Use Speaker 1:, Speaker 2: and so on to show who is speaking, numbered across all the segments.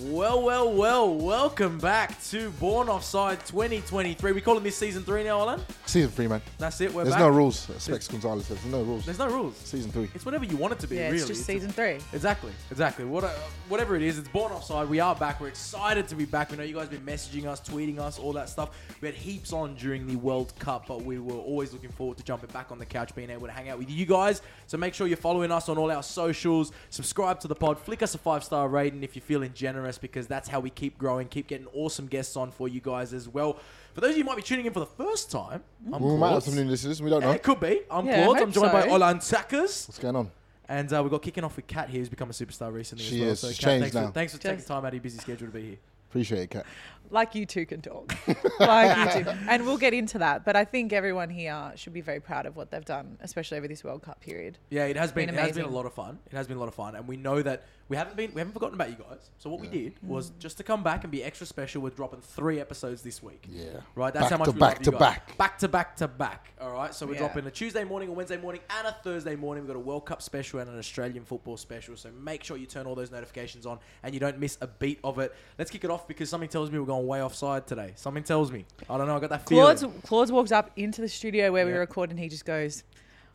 Speaker 1: Well, well, well, welcome back to Born Offside 2023. We call it this season three now, Alan.
Speaker 2: Season three, man.
Speaker 1: That's it, we're
Speaker 2: There's
Speaker 1: back.
Speaker 2: no rules. as Specs Gonzalez says. There's no rules.
Speaker 1: There's no rules.
Speaker 2: Season three.
Speaker 1: It's whatever you want it to be,
Speaker 3: Yeah,
Speaker 1: really.
Speaker 3: it's just season three.
Speaker 1: Exactly, exactly. What, uh, whatever it is, it's born offside. We are back. We're excited to be back. We know you guys have been messaging us, tweeting us, all that stuff. We had heaps on during the World Cup, but we were always looking forward to jumping back on the couch, being able to hang out with you guys. So make sure you're following us on all our socials. Subscribe to the pod. Flick us a five star rating if you're feeling generous, because that's how we keep growing, keep getting awesome guests on for you guys as well. For those of you who might be tuning in for the first time, I'm
Speaker 2: We might
Speaker 1: Claude.
Speaker 2: have some new listeners. We don't
Speaker 1: Yeah,
Speaker 2: know.
Speaker 1: it could be. I'm
Speaker 3: Yeah, I
Speaker 1: Claude. I'm
Speaker 3: hope
Speaker 1: joined by
Speaker 3: so.
Speaker 1: Olan Sackers.
Speaker 2: What's going on?
Speaker 1: And uh, we got kicking off with Kat here, who's become a superstar recently.
Speaker 2: She
Speaker 1: as well.
Speaker 2: is.
Speaker 1: So,
Speaker 2: She's
Speaker 1: Kat,
Speaker 2: changed
Speaker 1: thanks
Speaker 2: now.
Speaker 1: For, thanks for taking
Speaker 3: Changed.
Speaker 1: time out of your busy schedule to be here.
Speaker 2: Appreciate it, Kat.
Speaker 3: Like you two can talk. like you two. And we'll get into that. But I think everyone here should be very proud of what they've done, especially over this World Cup period.
Speaker 1: Yeah, it has been,
Speaker 3: Been
Speaker 1: it has been a
Speaker 3: amazing.
Speaker 1: lot of fun. It has been a lot of fun, and we know that we haven't been we haven't forgotten about you guys. So what we did was
Speaker 3: Mm.
Speaker 1: just to come back and be extra special. We're dropping three episodes this week.
Speaker 2: Yeah.
Speaker 1: right. That's
Speaker 2: Back
Speaker 1: how much
Speaker 2: to
Speaker 1: we
Speaker 2: back
Speaker 1: love you
Speaker 2: to
Speaker 1: guys.
Speaker 2: back.
Speaker 1: back to back to back. All right, so we're
Speaker 3: Yeah.
Speaker 1: dropping a Tuesday morning, a Wednesday morning, and a Thursday morning. We've got a World Cup special and an Australian football special. So make sure you turn all those notifications on and you don't miss a beat of it. Let's kick it off because something tells me we're going way offside today. Something tells me. I don't know. I got that feeling.
Speaker 3: Claude's, Claude's walks up into the studio where we record and he just goes,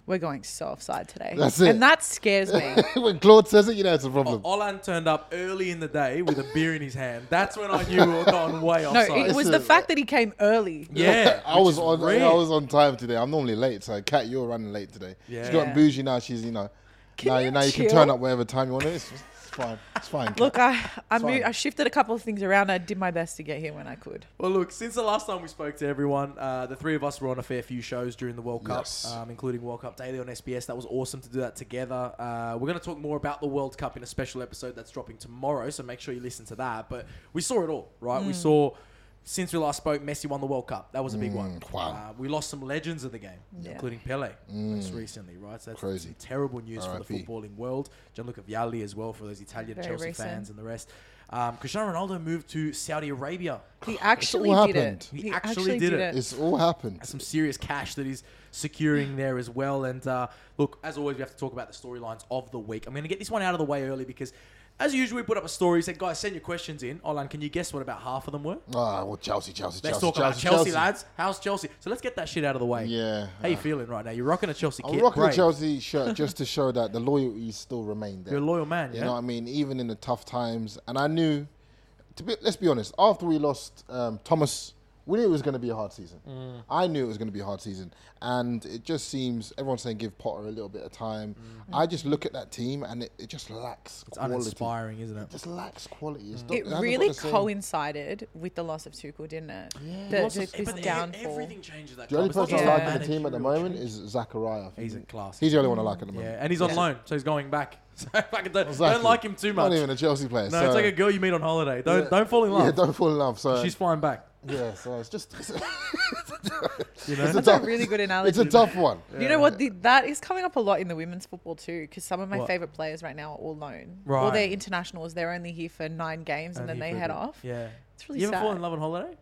Speaker 3: We're going so offside today.
Speaker 2: That's it.
Speaker 3: And that scares me.
Speaker 2: when Claude says it, you know it's a
Speaker 1: Oh,
Speaker 2: problem.
Speaker 1: Olan turned up early in the day with a beer in his hand. That's when I knew we were going way
Speaker 3: no,
Speaker 1: offside.
Speaker 3: it was the
Speaker 2: Listen.
Speaker 3: fact that he came early.
Speaker 1: yeah,
Speaker 2: I was on.
Speaker 1: rare.
Speaker 2: I was on time today. I'm normally late, so Kat, you're running late today.
Speaker 1: Yeah.
Speaker 2: She's gotten
Speaker 3: Yeah.
Speaker 2: bougie now. She's you know.
Speaker 3: Can
Speaker 2: now
Speaker 3: you
Speaker 2: now you can
Speaker 3: chill?
Speaker 2: turn up whatever time you want. It's, it's fine. It's fine. Kat.
Speaker 3: Look, I I,
Speaker 2: fine.
Speaker 3: moved, I shifted a couple of things around. I did my best to get here when I could.
Speaker 1: Well, look, since the last time we spoke to everyone, uh, the three of us were on a fair few shows during the World Cup,
Speaker 2: Yes.
Speaker 1: um, including World Cup Daily on SBS. That was awesome to do that together. Uh, we're going to talk more about the World Cup in a special episode that's dropping tomorrow, so make sure you listen to that. But we saw it all, right?
Speaker 3: Hmm.
Speaker 1: We saw. Since we last spoke, Messi won the World Cup. That was a big one.
Speaker 2: Hmm, wow. Hmm.
Speaker 1: Uh, we lost some legends of the game,
Speaker 3: Yeah.
Speaker 1: including Pele, most recently, right? So that's
Speaker 2: Crazy.
Speaker 1: some terrible news for the
Speaker 2: R.I.P..
Speaker 1: footballing world. Gianluca Vialli as well for those Italian
Speaker 3: Very
Speaker 1: Chelsea
Speaker 3: recent.
Speaker 1: fans and the rest. Um, Cristiano Ronaldo moved to Saudi Arabia
Speaker 3: He actually
Speaker 2: all
Speaker 3: did
Speaker 2: happened.
Speaker 3: it.
Speaker 1: He actually did it.
Speaker 2: It's all happened.
Speaker 1: some serious cash that he's securing there as well. And uh, look, as always, we have to talk about the storylines of the week. I'm going to get this one out of the way early because, as usual, we put up a story. Said, guys, send your questions in. Olan, can you guess what about half of them were?
Speaker 2: Ah, well, Chelsea, Chelsea,
Speaker 1: Let's
Speaker 2: Chelsea,
Speaker 1: talk about
Speaker 2: Chelsea,
Speaker 1: Chelsea, lads. How's Chelsea? So let's get that shit out of the way.
Speaker 2: Yeah.
Speaker 1: How you feeling right now? You're rocking a Chelsea
Speaker 2: I'm
Speaker 1: kit.
Speaker 2: rocking
Speaker 1: Brave.
Speaker 2: the Chelsea shirt just to show that the loyalty still remained there.
Speaker 1: You're a loyal man.
Speaker 2: You
Speaker 1: yeah?
Speaker 2: know what I mean? Even in the tough times. And I knew, to be, let's be honest, after we lost um, Thomas, we knew it was going to be a hard season.
Speaker 1: Mm.
Speaker 2: I knew it was going to be a hard season. And it just seems, everyone's saying give Potter a little bit of time. I just look at that team and it, it just lacks
Speaker 1: Mm. it's
Speaker 2: quality.
Speaker 1: uninspiring, Mm. isn't it?
Speaker 2: It just lacks quality. It's not-
Speaker 3: It
Speaker 2: hasn't got
Speaker 3: really
Speaker 2: the same-
Speaker 3: coincided with the loss of Tuchel, didn't it? Yeah. The,
Speaker 2: Loss of-
Speaker 3: the- this
Speaker 1: But e-
Speaker 3: downfall.
Speaker 1: everything changes that
Speaker 2: The only
Speaker 1: club. It's
Speaker 2: person
Speaker 1: not
Speaker 2: I
Speaker 3: Yeah.
Speaker 1: just
Speaker 2: like in the team at the
Speaker 1: managerial
Speaker 2: moment
Speaker 1: change.
Speaker 2: is Zachariah.
Speaker 1: He's in class.
Speaker 2: He's the only one I like at the moment.
Speaker 1: Yeah, and he's on
Speaker 3: Yeah.
Speaker 1: loan, so he's going back. So I don't, don't
Speaker 2: Exactly.
Speaker 1: like him too much.
Speaker 2: Not even a Chelsea player.
Speaker 1: No,
Speaker 2: so.
Speaker 1: it's like a girl you meet on holiday. Don't
Speaker 2: Yeah.
Speaker 1: don't fall in love.
Speaker 2: Yeah, don't fall in love. So
Speaker 1: She's flying back.
Speaker 2: yeah, so it's just it's,
Speaker 1: You know,
Speaker 3: That's a really good
Speaker 2: it's a
Speaker 3: analogy.
Speaker 2: tough one.
Speaker 3: You know what? The, that is coming up a lot in the women's football too, because some of my
Speaker 1: What?
Speaker 3: favorite players right now are all loan. All
Speaker 1: Right.
Speaker 3: their internationals, they're only here for nine games and, then
Speaker 1: And
Speaker 3: they
Speaker 1: he
Speaker 3: head
Speaker 1: flew back.
Speaker 3: off.
Speaker 1: Yeah,
Speaker 3: It's really
Speaker 1: you ever fall
Speaker 3: sad.
Speaker 1: in love on holiday?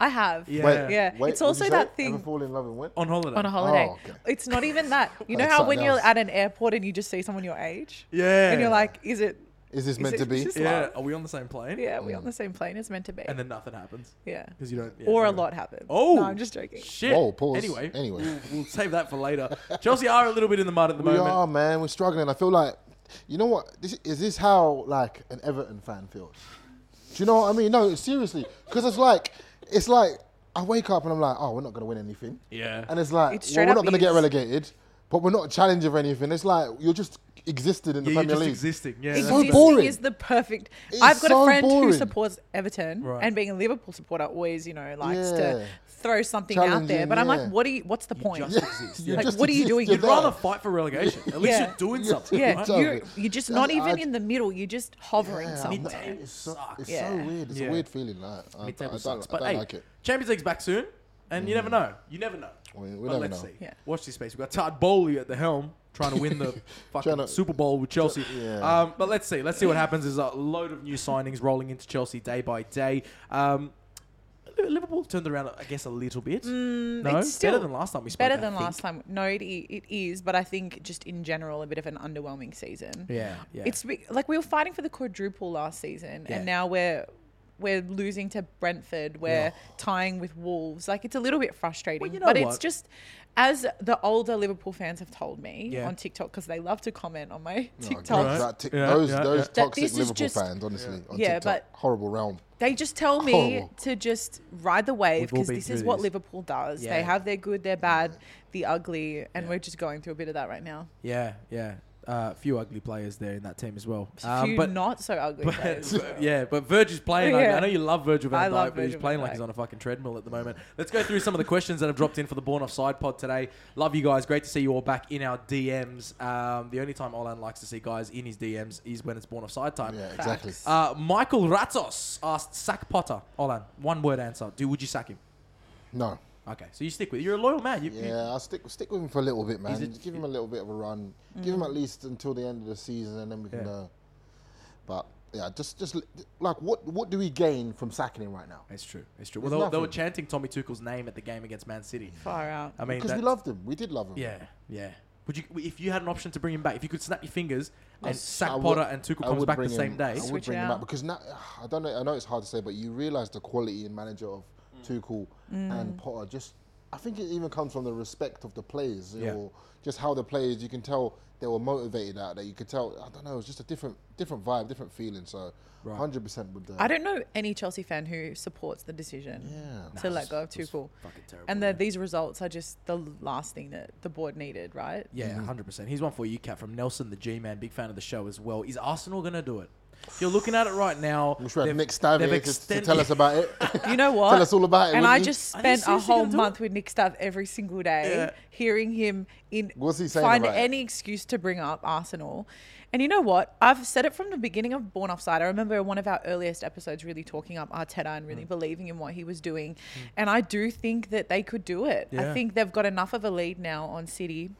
Speaker 3: I have.
Speaker 1: Yeah.
Speaker 2: Wait,
Speaker 3: Yeah.
Speaker 2: wait,
Speaker 3: it's
Speaker 2: what'd
Speaker 3: also
Speaker 2: you
Speaker 3: that
Speaker 2: say?
Speaker 3: thing-
Speaker 2: Ever fall in love and went?
Speaker 1: On holiday.
Speaker 3: On a holiday.
Speaker 2: okay.
Speaker 3: It's not even that. You know
Speaker 2: That's
Speaker 3: how
Speaker 2: something
Speaker 3: when you're
Speaker 2: else.
Speaker 3: at an airport and you just see someone your age?
Speaker 1: Yeah.
Speaker 3: And you're like, is it,
Speaker 2: Is this
Speaker 3: Is
Speaker 2: meant
Speaker 3: it
Speaker 2: to be?
Speaker 3: just-
Speaker 1: yeah.
Speaker 3: love.
Speaker 1: Are we on the same plane?
Speaker 3: yeah,
Speaker 2: Mm.
Speaker 3: we're on the same plane? It's meant to be.
Speaker 1: And then nothing happens
Speaker 3: yeah.
Speaker 1: because you don't. yeah,
Speaker 3: Or a
Speaker 1: anyway.
Speaker 3: lot happened.
Speaker 1: Oh,
Speaker 3: No, I'm just joking.
Speaker 1: Shit.
Speaker 2: Whoa, pause.
Speaker 1: Anyway,
Speaker 2: Anyway.
Speaker 1: we'll, we'll save that for later. Chelsea are a little bit in the mud at the
Speaker 2: We
Speaker 1: moment.
Speaker 2: are, man. We're struggling. I feel like, you know what? This, is this how like an Everton fan feels? Do you know what I mean? No, seriously, because it's like, it's like I wake up and I'm like, oh, we're not gonna win anything.
Speaker 1: Yeah.
Speaker 2: And it's like,
Speaker 3: It's
Speaker 2: well,
Speaker 3: straight
Speaker 2: we're
Speaker 3: up
Speaker 2: not gonna get
Speaker 3: is.
Speaker 2: relegated, but we're not a challenger of anything. It's like you're just existed in the
Speaker 1: Yeah, you're
Speaker 2: Premier
Speaker 1: just
Speaker 2: League.
Speaker 1: existing. Yeah. that's
Speaker 2: so
Speaker 3: Existing
Speaker 1: it.
Speaker 2: boring.
Speaker 3: is the perfect.
Speaker 2: It's
Speaker 3: I've got
Speaker 2: so
Speaker 3: a friend
Speaker 2: boring.
Speaker 3: who supports Everton,
Speaker 1: Right.
Speaker 3: and being a Liverpool supporter always, you know, likes to
Speaker 2: Yeah.
Speaker 3: throw something out
Speaker 2: Challenging,
Speaker 3: there, but I'm
Speaker 2: yeah.
Speaker 3: like, what do you? What's the point?
Speaker 1: just exist.
Speaker 2: you
Speaker 1: Yeah.
Speaker 3: Like,
Speaker 2: just
Speaker 3: what are you
Speaker 2: exist,
Speaker 3: doing?
Speaker 2: you're
Speaker 1: You'd
Speaker 2: there.
Speaker 1: rather fight for relegation. At least
Speaker 3: Yeah.
Speaker 1: you're doing
Speaker 2: Yeah.
Speaker 1: something.
Speaker 3: yeah,
Speaker 1: right?
Speaker 2: Tell
Speaker 3: you're,
Speaker 2: me.
Speaker 3: you're just
Speaker 2: Yeah,
Speaker 3: not
Speaker 2: I-
Speaker 3: even
Speaker 2: I-
Speaker 3: in the middle. You're just hovering
Speaker 2: Yeah,
Speaker 3: somewhere.
Speaker 1: man.
Speaker 2: It's so,
Speaker 1: Sucks.
Speaker 2: it's so
Speaker 3: Yeah.
Speaker 2: weird. It's
Speaker 1: Yeah.
Speaker 2: a weird feeling. Like, I, I,
Speaker 1: Mid-table
Speaker 2: don't,
Speaker 1: sucks.
Speaker 2: I
Speaker 1: But
Speaker 2: don't
Speaker 1: hey,
Speaker 2: like it. Mm.
Speaker 1: Champions League's back soon, and you never know. You never know.
Speaker 2: We- we
Speaker 1: But
Speaker 2: never
Speaker 1: let's
Speaker 2: know.
Speaker 1: see.
Speaker 3: Yeah.
Speaker 1: Watch this space. We've got Todd Bowley at the helm trying to win the fucking
Speaker 2: Tryna-
Speaker 1: Super Bowl with Chelsea.
Speaker 2: yeah.
Speaker 1: um, but let's see. Let's see what happens. There's a load of new signings rolling into Chelsea day by day. Um, Liverpool turned around, I guess, a little bit. no,
Speaker 3: Mm, it's still
Speaker 1: better than last time we spoke.
Speaker 3: Better
Speaker 1: I
Speaker 3: than
Speaker 1: think.
Speaker 3: last time. No, it, i- it is, but I think just in general, a bit of an underwhelming season.
Speaker 1: Yeah, yeah.
Speaker 3: It's re- like we were fighting for the quadruple last season,
Speaker 1: Yeah.
Speaker 3: and now we're we're losing to Brentford. We're tying with Wolves. Like it's a little bit frustrating,
Speaker 1: you know
Speaker 3: but it's
Speaker 1: what?
Speaker 3: just as the older Liverpool fans have told me
Speaker 1: Yeah.
Speaker 3: on TikTok because they love to comment on my
Speaker 2: Oh,
Speaker 3: TikTok.
Speaker 2: God,
Speaker 1: Right.
Speaker 2: that tic-
Speaker 1: Yeah,
Speaker 2: those
Speaker 1: yeah,
Speaker 2: those
Speaker 1: yeah.
Speaker 3: That
Speaker 2: toxic
Speaker 3: this is
Speaker 2: Liverpool
Speaker 3: just-
Speaker 2: fans, honestly, on
Speaker 3: Yeah,
Speaker 2: TikTok,
Speaker 3: but-
Speaker 2: horrible realm.
Speaker 3: They just tell me
Speaker 2: Horrible.
Speaker 3: to just ride the wave
Speaker 1: Oh. We've all
Speaker 3: because
Speaker 1: been
Speaker 3: this
Speaker 1: through
Speaker 3: is what
Speaker 1: this.
Speaker 3: Liverpool does.
Speaker 1: Yeah.
Speaker 3: They have their good, their bad, the ugly, and we're just going through a bit of that right now.
Speaker 1: Yeah, yeah. Uh, A few ugly players there in that team as well.
Speaker 3: A
Speaker 1: Um,
Speaker 3: few
Speaker 1: but
Speaker 3: not so ugly. players.
Speaker 1: But- yeah, but Virgil's playing. I-
Speaker 3: Yeah.
Speaker 1: I know you love Virgil
Speaker 3: I
Speaker 1: van
Speaker 3: love
Speaker 1: Dijk, but he's
Speaker 3: Virgil
Speaker 1: playing
Speaker 3: van
Speaker 1: like he's
Speaker 3: Dijk.
Speaker 1: on a fucking treadmill at the moment. Let's go through some of the questions that have dropped in for the Born Offside pod today. Love you guys. Great to see you all back in our DMs. Um, the only time Olan likes to see guys in his DMs is when it's Born Offside time.
Speaker 2: Yeah, exactly.
Speaker 3: Facts.
Speaker 1: Uh, Michael Ratos asked, sack Potter. Olan, one word answer. Do Would you sack him?
Speaker 2: No.
Speaker 1: Okay, so you stick with You're a loyal man. You, you-
Speaker 2: Yeah, I'll stick stick with him for a little bit, man.
Speaker 1: a-
Speaker 2: give him a little bit of a run. Give him at least until the end of the season, and then we can.
Speaker 1: Yeah.
Speaker 2: Uh, but yeah, just just li- like what what do we gain from sacking him right now?
Speaker 1: It's true. It's true. Well,
Speaker 2: There's
Speaker 1: they, were- they were
Speaker 2: nothing.
Speaker 1: chanting Tommy Tuchel's name at the game against Man City.
Speaker 3: Far out.
Speaker 1: I mean,
Speaker 2: Because we
Speaker 1: that-
Speaker 2: loved him, we did love him.
Speaker 1: Yeah, yeah. Would you, if you had an option to bring him back, if you could snap your fingers and
Speaker 2: s-
Speaker 1: sack
Speaker 2: I would-
Speaker 1: Potter and Tuchel
Speaker 2: I
Speaker 1: comes
Speaker 2: would
Speaker 1: back the
Speaker 2: bring
Speaker 1: same
Speaker 2: him-
Speaker 1: day,
Speaker 2: I would
Speaker 3: Switch
Speaker 2: bring
Speaker 3: it
Speaker 2: him
Speaker 3: out.
Speaker 2: back because now I don't know. I know it's hard to say, but you realise the quality and manager of
Speaker 3: Mm.
Speaker 2: Tuchel
Speaker 1: Mm.
Speaker 2: and Potter. Just I think it even comes from the respect of the players, you
Speaker 1: Yeah.
Speaker 2: know, just how the players. You can tell they were motivated out there. You could tell. I don't know. It's just a different different vibe, different feeling. So, hundred percent with the.
Speaker 3: I don't know any Chelsea fan who supports the decision
Speaker 2: Yeah.
Speaker 3: to let go of Tuchel.
Speaker 1: fucking terrible,
Speaker 3: And that these results are just the last thing that the board needed, right?
Speaker 2: Mm-hmm.
Speaker 1: yeah, hundred percent. Here's one for you, Cat, from Nelson, the G-man, big fan of the show as well. Is Arsenal gonna do it? If you're looking at it right now,
Speaker 2: Wish we had
Speaker 1: they've-
Speaker 2: Nick Stav
Speaker 1: they've
Speaker 2: here to- to,
Speaker 1: extended-
Speaker 2: tell us about it.
Speaker 3: You know what?
Speaker 2: us all about it,
Speaker 3: And
Speaker 2: wouldn't
Speaker 3: I
Speaker 2: you?
Speaker 3: just
Speaker 1: Are they
Speaker 3: spent a
Speaker 1: seriously
Speaker 3: whole
Speaker 1: gonna do
Speaker 3: month
Speaker 1: it?
Speaker 3: with Nick Stuff every single day,
Speaker 1: Yeah.
Speaker 3: hearing him in
Speaker 2: What's he saying
Speaker 3: find
Speaker 2: about it?
Speaker 3: any excuse to bring up Arsenal. And you know what? I've said it from the beginning of Born Offside. I remember one of our earliest episodes really talking up Arteta and
Speaker 1: Mm.
Speaker 3: really believing in what he was doing. And I do think that they could do it.
Speaker 1: Yeah.
Speaker 3: I think they've got enough of a lead now on City.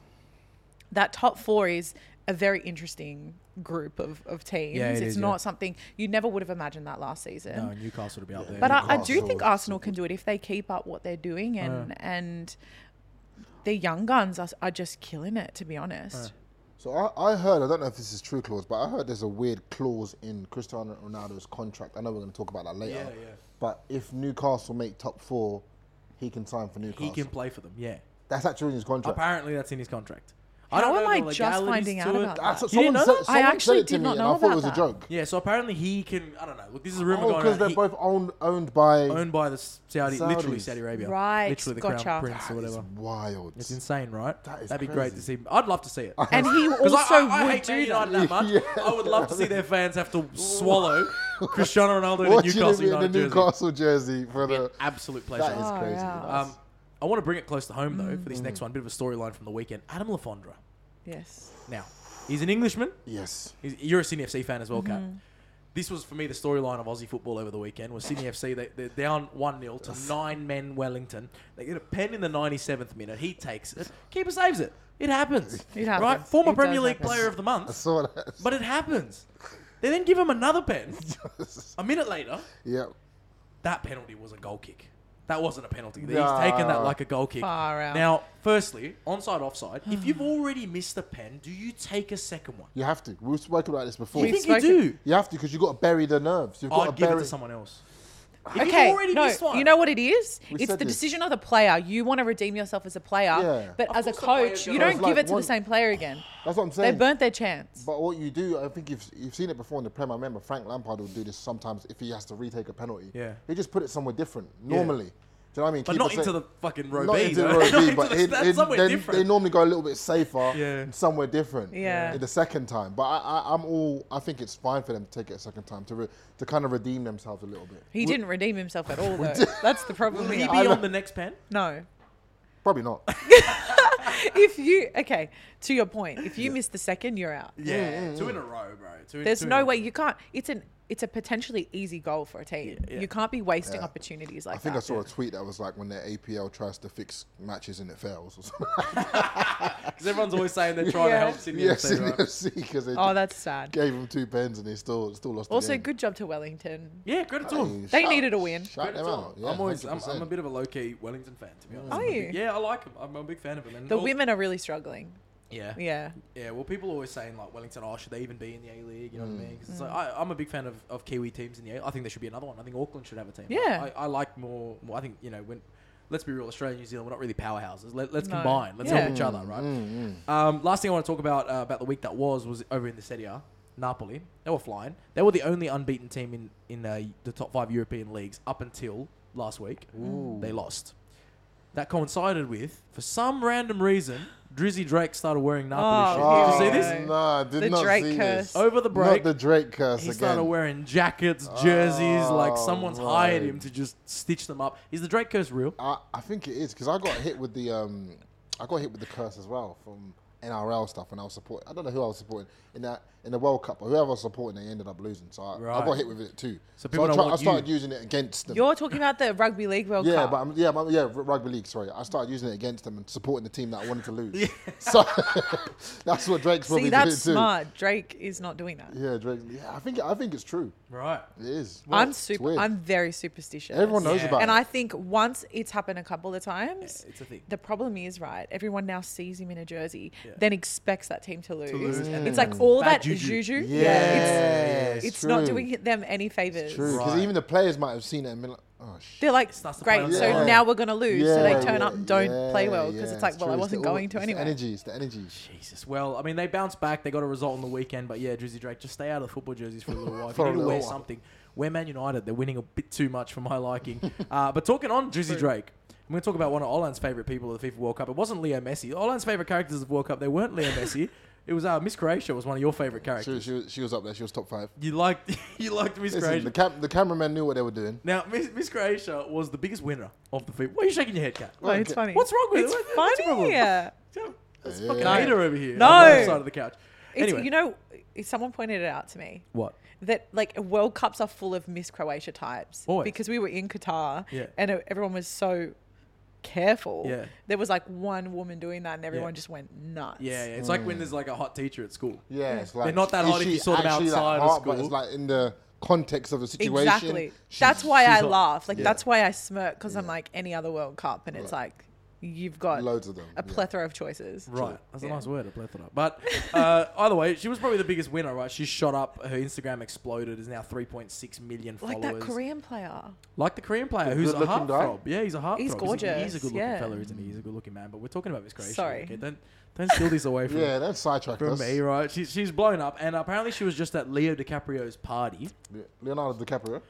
Speaker 3: That top four is a very interesting group of, of teams.
Speaker 1: Yeah, it
Speaker 3: it's
Speaker 1: is, yeah.
Speaker 3: not something you never would have imagined that last season.
Speaker 1: No, Newcastle to be up there.
Speaker 3: But I, I do
Speaker 2: Newcastle
Speaker 3: think
Speaker 2: is
Speaker 3: Arsenal can do it if they keep up what they're doing and and their young guns are, are just killing it. To be honest,
Speaker 2: So I, I heard, I don't know if this is true clause, but I heard there's a weird clause in Cristiano Ronaldo's contract. I know we're going to talk about that later.
Speaker 1: Yeah, yeah.
Speaker 2: But if Newcastle make top four, he can sign for Newcastle.
Speaker 1: he can play for them. Yeah,
Speaker 2: That's actually in his contract.
Speaker 1: apparently that's in his contract. I
Speaker 3: How
Speaker 1: don't
Speaker 3: am
Speaker 1: know
Speaker 3: I
Speaker 1: the
Speaker 3: just
Speaker 1: legalities
Speaker 3: finding
Speaker 1: to
Speaker 3: out
Speaker 1: it.
Speaker 3: about
Speaker 2: That's
Speaker 3: that?
Speaker 2: what
Speaker 1: You didn't
Speaker 2: Ah, someone
Speaker 1: know
Speaker 2: said,
Speaker 1: that?
Speaker 3: I
Speaker 2: someone said
Speaker 3: actually
Speaker 2: it to
Speaker 3: did
Speaker 2: me,
Speaker 3: not
Speaker 2: and
Speaker 3: know
Speaker 2: I thought it
Speaker 3: about
Speaker 2: was a
Speaker 3: that.
Speaker 2: joke.
Speaker 1: Yeah, so apparently he can. I don't know. Look, this is a rumor
Speaker 2: Oh,
Speaker 1: going
Speaker 2: because
Speaker 1: around.
Speaker 2: they're
Speaker 1: He-
Speaker 2: both owned owned by.
Speaker 1: owned by the Saudi, literally
Speaker 2: Saudis. Ah,
Speaker 1: Saudi Arabia,
Speaker 3: Right,
Speaker 1: Literally the crown
Speaker 3: gotcha.
Speaker 1: prince or
Speaker 2: That is
Speaker 1: whatever.
Speaker 2: wild.
Speaker 1: It's insane, right?
Speaker 2: That is
Speaker 1: That'd be great to see.
Speaker 2: crazy.
Speaker 1: I'd love to see it.
Speaker 3: and he
Speaker 1: 'Cause
Speaker 3: also
Speaker 1: I- I, I
Speaker 3: would
Speaker 1: hate Man
Speaker 3: do that.
Speaker 1: United that much.
Speaker 2: Yeah.
Speaker 1: I would love to see their fans have to swallow Cristiano Ronaldo in a
Speaker 2: Watching
Speaker 1: Newcastle
Speaker 2: him in the
Speaker 1: United jersey.
Speaker 2: Newcastle jersey for
Speaker 1: Be an
Speaker 2: the.
Speaker 1: absolute pleasure.
Speaker 2: That is Mm.
Speaker 3: Oh,
Speaker 2: crazy.
Speaker 3: yeah.
Speaker 2: That's-
Speaker 1: um, I want to bring it close to home though for this next one. Bit of a storyline from the weekend. Adam Lafondra.
Speaker 3: Yes,
Speaker 1: Now, he's an Englishman.
Speaker 2: yes.
Speaker 1: He's, you're a Sydney FC fan as well, Kat.
Speaker 3: Mm-hmm.
Speaker 1: This was for me the storyline of Aussie football over the weekend. Was Sydney FC they, they're down one 0 to nine men Wellington. They get a pen in the 97th minute. He takes it. Keeper saves it. It happens. Right,
Speaker 3: It happens.
Speaker 1: former
Speaker 3: It does
Speaker 1: Premier League
Speaker 3: happen.
Speaker 1: Player of the
Speaker 2: I
Speaker 1: Month.
Speaker 2: saw that.
Speaker 1: But it happens. They then give him another pen. A minute later,
Speaker 2: yeah.
Speaker 1: that penalty was a goal kick. That wasn't a penalty.
Speaker 2: Nah.
Speaker 1: He's taken that like a goal kick.
Speaker 3: Far out.
Speaker 1: Now, firstly, onside, offside. if you've already missed a pen, do you take a second one?
Speaker 2: You have to. We've spoken about this before.
Speaker 1: You
Speaker 3: We've
Speaker 1: think you
Speaker 3: spoken-
Speaker 1: do?
Speaker 2: You have to because you've got to bury the nerves. You've got
Speaker 1: I'd
Speaker 2: to
Speaker 1: give
Speaker 2: bury
Speaker 1: it to someone else. If you've
Speaker 3: okay,
Speaker 1: already
Speaker 3: no,
Speaker 1: missed one,
Speaker 3: you know what it is?
Speaker 2: We
Speaker 3: it's
Speaker 2: said
Speaker 3: the
Speaker 2: this.
Speaker 3: decision of the player. You want to redeem yourself as a player,
Speaker 2: Yeah.
Speaker 3: but
Speaker 1: Of
Speaker 3: as a
Speaker 1: course the player
Speaker 3: coach, you
Speaker 1: does.
Speaker 3: don't
Speaker 2: It's
Speaker 3: give
Speaker 2: like
Speaker 3: it to
Speaker 2: one-
Speaker 3: the same player again.
Speaker 2: That's what I'm
Speaker 3: They
Speaker 2: saying.
Speaker 3: burnt their chance.
Speaker 2: But what you do, I think you've you've seen it before in the Prem. I remember Frank Lampard will do this sometimes if he has to retake a penalty.
Speaker 1: Yeah.
Speaker 2: He just put it somewhere different normally. Do you know what I mean?
Speaker 1: But
Speaker 2: Keep
Speaker 1: not
Speaker 2: it
Speaker 1: into
Speaker 2: safe.
Speaker 1: the fucking row
Speaker 2: not
Speaker 1: B.
Speaker 2: into
Speaker 1: though.
Speaker 2: the row
Speaker 1: Not
Speaker 2: B,
Speaker 1: into
Speaker 2: but
Speaker 1: the-
Speaker 2: it-
Speaker 1: that's
Speaker 2: it-
Speaker 1: somewhere
Speaker 2: they,
Speaker 1: different.
Speaker 2: they normally go a little bit safer,
Speaker 1: Yeah.
Speaker 2: somewhere different.
Speaker 3: Yeah.
Speaker 2: The second time, but I, I, I'm all. I think it's fine for them to take it a second time to re, to kind of redeem themselves a little bit.
Speaker 3: He didn't redeem himself at all, though. That's the problem.
Speaker 1: Will he
Speaker 3: here.
Speaker 1: be
Speaker 2: I
Speaker 1: on
Speaker 2: don't-
Speaker 1: the next pen?
Speaker 3: No.
Speaker 2: Probably not.
Speaker 3: If you, okay, to your point, if you miss the second, you're out.
Speaker 1: Yeah, two in a row, bro. Two,
Speaker 3: There's
Speaker 1: two in
Speaker 3: no
Speaker 1: a-
Speaker 3: way you can't. It's an it's a potentially easy goal for a team. You can't be wasting opportunities like
Speaker 2: I think
Speaker 3: that.
Speaker 2: I saw a tweet that was like when their APL tries to fix matches and it fails or something.
Speaker 1: 'Cause everyone's always saying they're trying
Speaker 3: Yeah.
Speaker 1: to help Sydney.
Speaker 2: yeah,
Speaker 1: FC,
Speaker 2: Sydney
Speaker 1: right?
Speaker 2: FC because they
Speaker 3: oh,
Speaker 2: just
Speaker 3: that's sad.
Speaker 2: gave them two pens and they still still lost.
Speaker 3: Also,
Speaker 2: the game.
Speaker 3: good job to Wellington.
Speaker 1: Yeah, credit to them.
Speaker 3: They needed a win.
Speaker 2: Shout them out. Yeah,
Speaker 1: I'm always, I'm, I'm a
Speaker 2: 100%.
Speaker 1: bit of a low key Wellington fan, to be honest.
Speaker 3: Are
Speaker 1: I'm a
Speaker 3: you?
Speaker 1: big- yeah, I like him. I'm, I'm a big fan of him. And
Speaker 3: The
Speaker 1: all-
Speaker 3: women are really struggling.
Speaker 1: yeah,
Speaker 3: Yeah.
Speaker 1: yeah. Well, people are always saying like Wellington, oh, should they even be in the A League? You know what I mean? 'Cause
Speaker 3: Mm.
Speaker 1: it's like I, I'm a big fan of, of Kiwi teams in the A. I think there should be another one. I think Auckland should have a team. Like,
Speaker 3: Yeah.
Speaker 1: I, I like more, more. I think you know when. Let's be real, Australia and New Zealand, we're not really powerhouses. Let, let's
Speaker 3: No.
Speaker 1: combine. Let's
Speaker 3: Yeah.
Speaker 1: help each other, right? Um, last thing I want to talk about uh, about the week that was was over in the Serie A, Napoli. They were flying. They were the only unbeaten team in in uh, the top five European leagues up until last week.
Speaker 3: Mm.
Speaker 1: They lost. That coincided with, for some random reason, Drizzy Drake started wearing Napoli
Speaker 3: Oh,
Speaker 1: shit. Did you see
Speaker 3: here
Speaker 1: this?
Speaker 3: we go.
Speaker 2: No, I did
Speaker 3: The
Speaker 2: not
Speaker 3: Drake
Speaker 2: see
Speaker 3: curse.
Speaker 2: this.
Speaker 1: Over the break,
Speaker 2: Not the Drake curse
Speaker 1: he started
Speaker 2: again.
Speaker 1: wearing jackets, jerseys, like
Speaker 2: Oh,
Speaker 1: someone's hired him
Speaker 2: right. Uh,
Speaker 1: to just stitch them up. Is the Drake curse real?
Speaker 2: I, I think it is because I got hit with the um, I got hit with the curse as well from NRL stuff when I was supporting. I don't know who I was supporting in that in the World Cup, but whoever I was supporting, they ended up losing. So I, I
Speaker 1: Right.
Speaker 2: got hit with it too.
Speaker 1: So people
Speaker 2: I,
Speaker 1: don't
Speaker 2: I
Speaker 1: want
Speaker 2: started
Speaker 1: you.
Speaker 2: using it against them.
Speaker 3: You're talking about the rugby league World
Speaker 2: yeah,
Speaker 3: Cup.
Speaker 2: but I'm, yeah, but- yeah, r- rugby league. Sorry, I started using it against them and supporting the team that I wanted to lose. So that's what Drake's probably
Speaker 3: See,
Speaker 2: doing
Speaker 3: that's
Speaker 2: too.
Speaker 3: smart. Drake is not doing that.
Speaker 2: Yeah, Drake. Yeah, I think I think it's true.
Speaker 1: Right.
Speaker 2: It is.
Speaker 3: I'm
Speaker 2: It's
Speaker 3: super.
Speaker 2: weird.
Speaker 3: I'm very superstitious.
Speaker 2: Everyone knows
Speaker 1: Yeah.
Speaker 2: about
Speaker 3: And
Speaker 2: it.
Speaker 3: I think once it's happened a couple of times,
Speaker 1: it's a thing.
Speaker 3: The problem is, right? Everyone now sees him in a jersey,
Speaker 1: Yeah.
Speaker 3: then expects that team to lose.
Speaker 1: lose, and
Speaker 3: It's
Speaker 1: it's
Speaker 3: like all
Speaker 1: bad
Speaker 3: that
Speaker 1: juju.
Speaker 3: juju.
Speaker 2: yeah,
Speaker 3: it's
Speaker 2: it's,
Speaker 3: it's not
Speaker 2: true.
Speaker 3: doing them any favors.
Speaker 2: True, because
Speaker 1: Right.
Speaker 2: even the players might have seen it and been like, "Oh shit."
Speaker 3: They're like,
Speaker 1: starts to play
Speaker 3: great.
Speaker 1: on
Speaker 3: So
Speaker 1: their
Speaker 2: own.
Speaker 3: now we're gonna lose. so they
Speaker 2: Yeah,
Speaker 3: turn
Speaker 2: yeah,
Speaker 3: up, don't play
Speaker 2: yeah,
Speaker 3: well because
Speaker 2: yeah,
Speaker 3: it's like, well, I
Speaker 2: true. It's
Speaker 3: wasn't
Speaker 2: the all-
Speaker 3: going to
Speaker 2: it's the
Speaker 3: anyway.
Speaker 2: Energy, it's the energy.
Speaker 1: Jesus. Well, I mean, they bounced back. They got a result on the weekend, but yeah, Drizzy Drake, just stay out of the football jerseys for a little while. If you
Speaker 2: For a
Speaker 1: need to
Speaker 2: little
Speaker 1: wear
Speaker 2: while.
Speaker 1: something. Wear Man United. They're winning a bit too much for my liking. uh, but talking on Drizzy Drake, I'm going to talk about one of Olan's favourite people of the FIFA World Cup. It wasn't Leo Messi. Olan's favourite characters of the World Cup, they weren't Leo Messi. It was uh, Miss Croatia was one of your favourite
Speaker 2: She,
Speaker 1: characters.
Speaker 2: was- she, was- she was up there. She was top five.
Speaker 1: You liked you liked Miss
Speaker 2: Listen,
Speaker 1: Croatia.
Speaker 2: the, cam- the cameraman knew what they were doing.
Speaker 1: Now, Miss, Miss Croatia was the biggest winner of the FIFA. Why are you shaking your head, Kat?
Speaker 3: No, it's funny.
Speaker 1: What's wrong with
Speaker 3: it's
Speaker 1: it? What- what's
Speaker 3: Funny.
Speaker 1: your problem?
Speaker 3: Yeah.
Speaker 1: That's
Speaker 2: Yeah.
Speaker 1: fucking
Speaker 2: No.
Speaker 1: hater over here.
Speaker 3: No.
Speaker 1: On the other side of the couch.
Speaker 3: It's,
Speaker 1: anyway,
Speaker 3: you know, someone pointed it out to me.
Speaker 1: what?
Speaker 3: that like World Cups are full of Miss Croatia types
Speaker 1: Always.
Speaker 3: because we were in Qatar
Speaker 1: Yeah.
Speaker 3: and uh, everyone was so careful.
Speaker 1: Yeah.
Speaker 3: There was like one woman doing that and everyone
Speaker 1: Yeah.
Speaker 3: just went nuts.
Speaker 1: Yeah, yeah. it's like when there's like a hot teacher at school.
Speaker 2: Yeah, it's like
Speaker 1: not that
Speaker 2: is
Speaker 1: hot if
Speaker 2: she
Speaker 1: you saw them
Speaker 2: actually that
Speaker 1: outside of
Speaker 2: hot, But
Speaker 1: school?
Speaker 2: it's like in the context of the situation.
Speaker 3: Exactly.
Speaker 2: she's-
Speaker 3: that's why
Speaker 1: she's
Speaker 3: I
Speaker 1: hot.
Speaker 3: laugh. Like
Speaker 2: Yeah.
Speaker 3: that's why I smirk because I'm like any other World Cup and it's like you've got
Speaker 2: Loads of them,
Speaker 3: a
Speaker 2: yeah.
Speaker 3: plethora of choices.
Speaker 1: Right. That's
Speaker 3: Yeah.
Speaker 1: a nice word, a plethora. But uh, either way, she was probably the biggest winner, right? She shot up, her Instagram exploded, is now 3.6 million
Speaker 3: Like
Speaker 1: followers.
Speaker 3: that Korean player.
Speaker 1: Like the Korean player who's a
Speaker 2: good-looking guy?
Speaker 1: heartthrob. Yeah, he's a heartthrob.
Speaker 3: He's
Speaker 1: a-
Speaker 3: gorgeous,
Speaker 1: He's a, good looking
Speaker 3: yeah.
Speaker 1: fella, isn't he? He's a good looking man. But we're talking about Miss Croatia.
Speaker 3: Sorry.
Speaker 1: Okay? Don't, don't steal this away from,
Speaker 2: Yeah, that's sidetracked
Speaker 1: from
Speaker 2: us.
Speaker 1: me, right? She, she's blown up. And apparently she was just at Leo DiCaprio's party.
Speaker 2: Leonardo DiCaprio.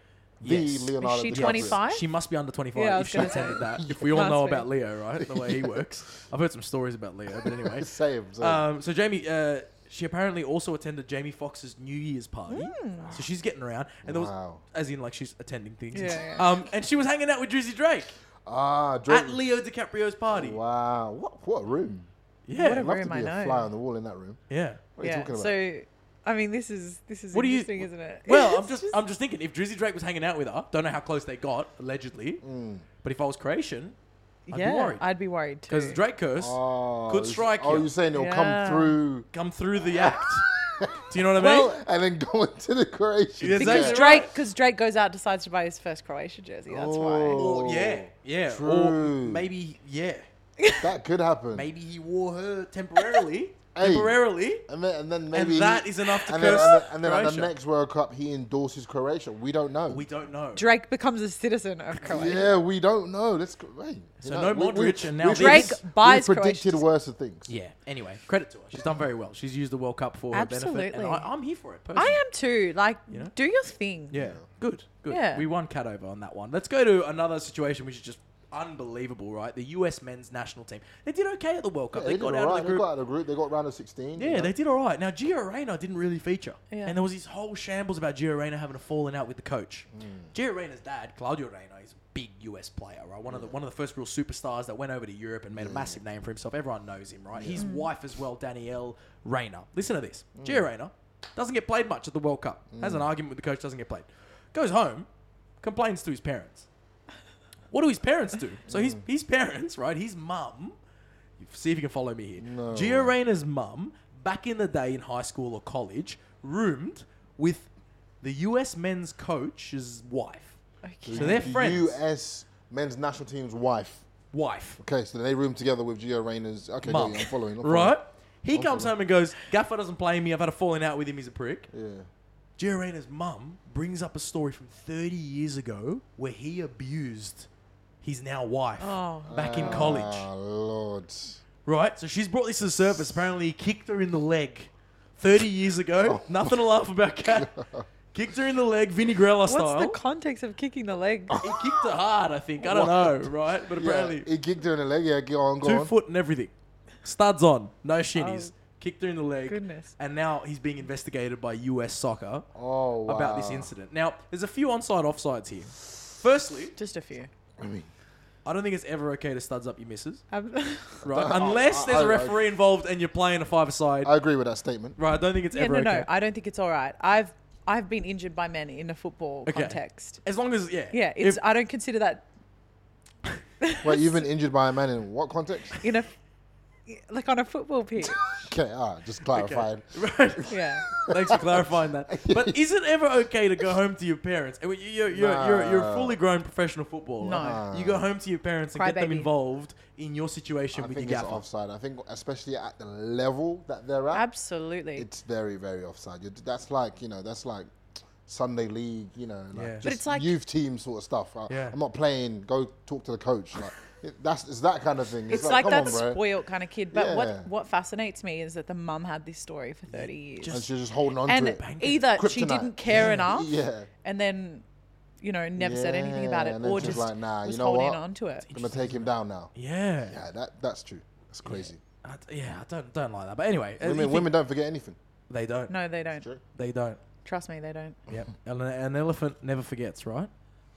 Speaker 1: Yes. Is
Speaker 2: The Leonardo
Speaker 3: she
Speaker 2: DiCaprio.
Speaker 3: 25? Five?
Speaker 1: She must be under 25
Speaker 3: Yeah,
Speaker 1: if
Speaker 3: I was
Speaker 1: she
Speaker 3: gonna say.
Speaker 1: attended that. If we all know
Speaker 3: Must be.
Speaker 1: about Leo, right? The way he works. I've heard some stories about Leo, but anyway.
Speaker 2: Same. same.
Speaker 1: Um, so Jamie, uh, she apparently also attended Jamie Foxx's New Year's party.
Speaker 3: Hmm.
Speaker 1: So she's getting around, and there was,
Speaker 2: Wow.
Speaker 1: as in like she's attending things.
Speaker 3: Yeah,
Speaker 1: Um, and she was hanging out with Drizzy Drake
Speaker 2: ah, Drake.
Speaker 1: at Leo DiCaprio's party.
Speaker 2: Wow. What, what a room.
Speaker 3: What
Speaker 1: Yeah,
Speaker 3: a-
Speaker 2: I'd love
Speaker 3: room
Speaker 2: to be
Speaker 3: I
Speaker 2: a
Speaker 3: know.
Speaker 2: fly on the wall in that room.
Speaker 1: yeah.
Speaker 2: What are you
Speaker 3: yeah.
Speaker 2: talking about?
Speaker 3: So I mean this is this is
Speaker 1: What do you?
Speaker 3: interesting, isn't it?
Speaker 1: Well, I'm
Speaker 3: It's
Speaker 1: just, I'm just thinking if Drizzy Drake was hanging out with her, don't know how close they got allegedly,
Speaker 2: Mm.
Speaker 1: but if I was Croatian, I'd be
Speaker 3: yeah,
Speaker 1: worried.
Speaker 3: I'd be worried too.
Speaker 1: because Drake curse
Speaker 2: Oh,
Speaker 1: Good
Speaker 2: it's-
Speaker 1: strike
Speaker 2: Oh,
Speaker 1: you.
Speaker 2: you're saying it'll
Speaker 3: Yeah.
Speaker 2: come through
Speaker 1: come through the act. Do you know what I mean?
Speaker 2: well, and then go into the Croatian.
Speaker 1: Yes,
Speaker 3: Because
Speaker 1: Yeah.
Speaker 3: Drake, because Drake goes out, decides to buy his first Croatia jersey. That's
Speaker 2: Oh.
Speaker 3: why.
Speaker 1: Or- yeah, yeah. Or
Speaker 2: True.
Speaker 1: maybe, yeah.
Speaker 2: that could happen.
Speaker 1: Maybe he wore her temporarily.
Speaker 2: Hey.
Speaker 1: Temporarily.
Speaker 2: And then, and then maybe
Speaker 1: that is enough to
Speaker 2: and then,
Speaker 1: curse
Speaker 2: and then, and then at
Speaker 1: Croatia.
Speaker 2: the next World Cup, he endorses Croatia. We don't know.
Speaker 1: We don't know.
Speaker 3: Drake becomes a citizen of Croatia.
Speaker 2: yeah, we don't know. Let's go. Hey, you
Speaker 1: So
Speaker 2: know,
Speaker 1: no Modric and now
Speaker 2: we've-
Speaker 1: Drake
Speaker 2: we've
Speaker 3: buys
Speaker 2: predicted
Speaker 3: Croatia's-
Speaker 2: worse things.
Speaker 1: yeah. Anyway, credit to her. She's done very well. She's used the World Cup for her benefit. And
Speaker 3: Absolutely.
Speaker 1: I, I'm here for it.
Speaker 3: I
Speaker 1: Personally.
Speaker 3: am too. Like,
Speaker 1: You know?
Speaker 3: do your thing.
Speaker 1: Yeah. Good. Good.
Speaker 3: Yeah.
Speaker 1: We won cat over on that one. Let's go to another situation which is just unbelievable, right? The US men's national team. They did okay at the World Cup.
Speaker 2: Yeah,
Speaker 1: they, got out
Speaker 2: alright.
Speaker 1: of the
Speaker 2: They
Speaker 1: group.
Speaker 2: got out of the group. They got round of 16.
Speaker 1: Yeah, they did all right. Now Gio Reyna didn't really feature,
Speaker 3: Yeah.
Speaker 1: and there was this whole shambles about Gio Reyna having a falling out with the coach. Gio Reyna's dad, Claudio Reyna, is a big US player, right? One of the one of the first real superstars that went over to Europe and made a massive name for himself. Everyone knows him, right? His wife as well, Danielle Reyna. Listen to this: Gio Reyna doesn't get played much at the World Cup. Has an argument with the coach, doesn't get played. Goes home, complains to his parents. What do his parents do? So his his parents, right? His mum. See if you can follow me here. Gio Reyna's mum, back in the day in high school or college, roomed with the US men's coach's wife.
Speaker 3: Okay.
Speaker 1: So they're
Speaker 2: The
Speaker 1: friends.
Speaker 2: US men's national team's wife.
Speaker 1: Wife.
Speaker 2: Okay, so they roomed together with Gio Reyna's. Okay, got
Speaker 1: Mum.
Speaker 2: you, I'm following. I'm
Speaker 1: right? He
Speaker 2: I'm
Speaker 1: comes
Speaker 2: following.
Speaker 1: home and goes, Gaffer doesn't play me. I've had a falling out with him. He's a prick.
Speaker 2: following. Yeah.
Speaker 1: Gio Reyna's mum brings up a story from 30 years ago where he abused his now wife
Speaker 3: Oh.
Speaker 1: back in college.
Speaker 2: Ah, Lord.
Speaker 1: Right? So she's brought this to the surface. Apparently, he kicked her in the leg 30 years
Speaker 2: Oh.
Speaker 1: ago. Nothing to laugh about, cat. Kicked her in the leg, Vinnie Grella
Speaker 3: What's
Speaker 1: style.
Speaker 3: the context of kicking the leg?
Speaker 2: Oh.
Speaker 1: he kicked her hard, I think. I don't know, right? But
Speaker 2: Yeah,
Speaker 1: apparently,
Speaker 2: he kicked her in the leg. Yeah, go on, go
Speaker 1: two
Speaker 2: on.
Speaker 1: foot and everything. Studs on, no shinnies.
Speaker 3: Oh.
Speaker 1: Kicked her in the leg.
Speaker 3: Goodness.
Speaker 1: And now he's being investigated by US soccer
Speaker 2: oh, wow.
Speaker 1: about this incident. Now, there's a few onside offsides here. Firstly,
Speaker 3: Just a few.
Speaker 2: I mean,
Speaker 1: I don't think it's ever okay to studs up your misses,
Speaker 3: Um,
Speaker 1: right? Unless there's
Speaker 2: Oh, I-
Speaker 1: a
Speaker 2: I-
Speaker 1: referee involved and you're playing a five-a-side.
Speaker 2: I agree with that statement.
Speaker 1: Right, I don't think it's
Speaker 3: yeah,
Speaker 1: ever
Speaker 3: no,
Speaker 1: okay.
Speaker 3: no. I don't think it's all right. I've I've been injured by men in a football
Speaker 1: Okay.
Speaker 3: context.
Speaker 1: As long as yeah,
Speaker 3: Yeah, it's
Speaker 1: If-
Speaker 3: I don't consider that
Speaker 2: Wait, you've been injured by a man in what context?
Speaker 3: in a like on a football pitch.
Speaker 2: Okay, ah, just
Speaker 1: okay.
Speaker 2: clarified.
Speaker 1: Right.
Speaker 3: yeah.
Speaker 1: Thanks for clarifying that. But is it ever okay to go home to your parents? And when you- You're, you're, you're, you're a
Speaker 2: No.
Speaker 1: fully grown professional footballer.
Speaker 3: No.
Speaker 1: You go home to your parents and get them
Speaker 3: Crybaby.
Speaker 1: involved in your situation
Speaker 2: I
Speaker 1: with your
Speaker 2: think it's
Speaker 1: gaffer.
Speaker 2: offside. I think, especially at the level that they're at,
Speaker 3: Absolutely.
Speaker 2: it's very, very offside. you that's like, you know, that's like Sunday league, you know, like
Speaker 1: Yeah. But
Speaker 2: just
Speaker 3: it's like-
Speaker 2: youth team sort of stuff. I,
Speaker 1: Yeah.
Speaker 2: I'm not playing. Go talk to the coach. Like it- that's it's that kind of thing. It's,
Speaker 3: It's, like,
Speaker 2: come
Speaker 3: that
Speaker 2: on, bro.
Speaker 3: spoiled kind of kid. But
Speaker 2: Yeah.
Speaker 3: what what fascinates me is that the mum had this story for 30 years.
Speaker 2: and she's just holding on
Speaker 3: and
Speaker 2: to it.
Speaker 3: either she
Speaker 2: Kryptonite.
Speaker 3: didn't care enough
Speaker 2: Yeah.
Speaker 3: and then, you know, never said anything about
Speaker 2: Yeah,
Speaker 3: it
Speaker 2: and then
Speaker 3: or
Speaker 2: she's
Speaker 3: just
Speaker 2: like, nah,
Speaker 3: was
Speaker 2: you know
Speaker 3: holding
Speaker 2: what?
Speaker 3: on to it.
Speaker 2: I'm gonna take him down now.
Speaker 1: Yeah.
Speaker 2: Yeah, that that's true. That's crazy.
Speaker 1: I d- yeah, I don't don't like that. But anyway, uh, you
Speaker 2: Women,
Speaker 1: think-
Speaker 2: women don't forget anything.
Speaker 1: they don't.
Speaker 3: No, they don't.
Speaker 2: True.
Speaker 1: They don't.
Speaker 3: Trust me, they don't.
Speaker 1: Yep. an, an elephant never forgets, right?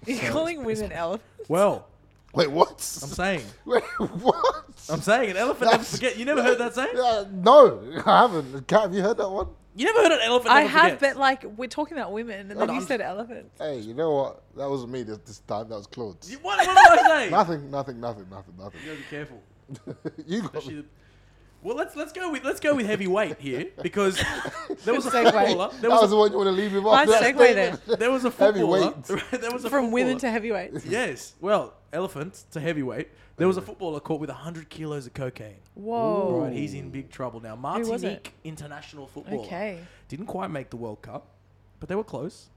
Speaker 3: You're calling women elephants?
Speaker 1: Well,
Speaker 2: Wait, what?
Speaker 1: I'm saying,
Speaker 2: Wait, what?
Speaker 1: I'm saying, an elephant never
Speaker 2: That's-
Speaker 1: forgets. You never heard that saying?
Speaker 2: Uh, no, I haven't. Kat, have you heard that one?
Speaker 1: You never heard an elephant?
Speaker 3: I
Speaker 1: never
Speaker 3: have,
Speaker 1: forgets?
Speaker 3: but like we're talking about women, and then
Speaker 2: no,
Speaker 3: you
Speaker 2: I'm-
Speaker 3: said elephants.
Speaker 2: Hey, you know what? That wasn't me this, this time. That was Claude.
Speaker 1: You- What, what am I saying?
Speaker 2: Nothing, nothing, nothing, nothing, nothing.
Speaker 1: You gotta be careful.
Speaker 2: you got
Speaker 1: She-
Speaker 2: me.
Speaker 1: Well, let's let's go with let's go with heavyweight here because there was a
Speaker 3: Good segue.
Speaker 1: footballer.
Speaker 2: That
Speaker 1: There
Speaker 2: was
Speaker 1: was
Speaker 2: the one you want to leave him off.
Speaker 3: Nice
Speaker 2: that
Speaker 3: segue there.
Speaker 2: statement.
Speaker 1: a, there was a footballer.
Speaker 2: Heavyweight.
Speaker 1: there was a
Speaker 3: From women to
Speaker 1: footballer-
Speaker 3: heavyweights.
Speaker 1: yes. Well, elephant to heavyweight. There was a footballer caught with hundred kilos of cocaine.
Speaker 3: Whoa.
Speaker 1: Right, he's in big trouble now.
Speaker 3: Oh. was it?
Speaker 1: Martinique international footballer.
Speaker 3: Okay.
Speaker 1: Didn't quite make the World Cup, but they were close.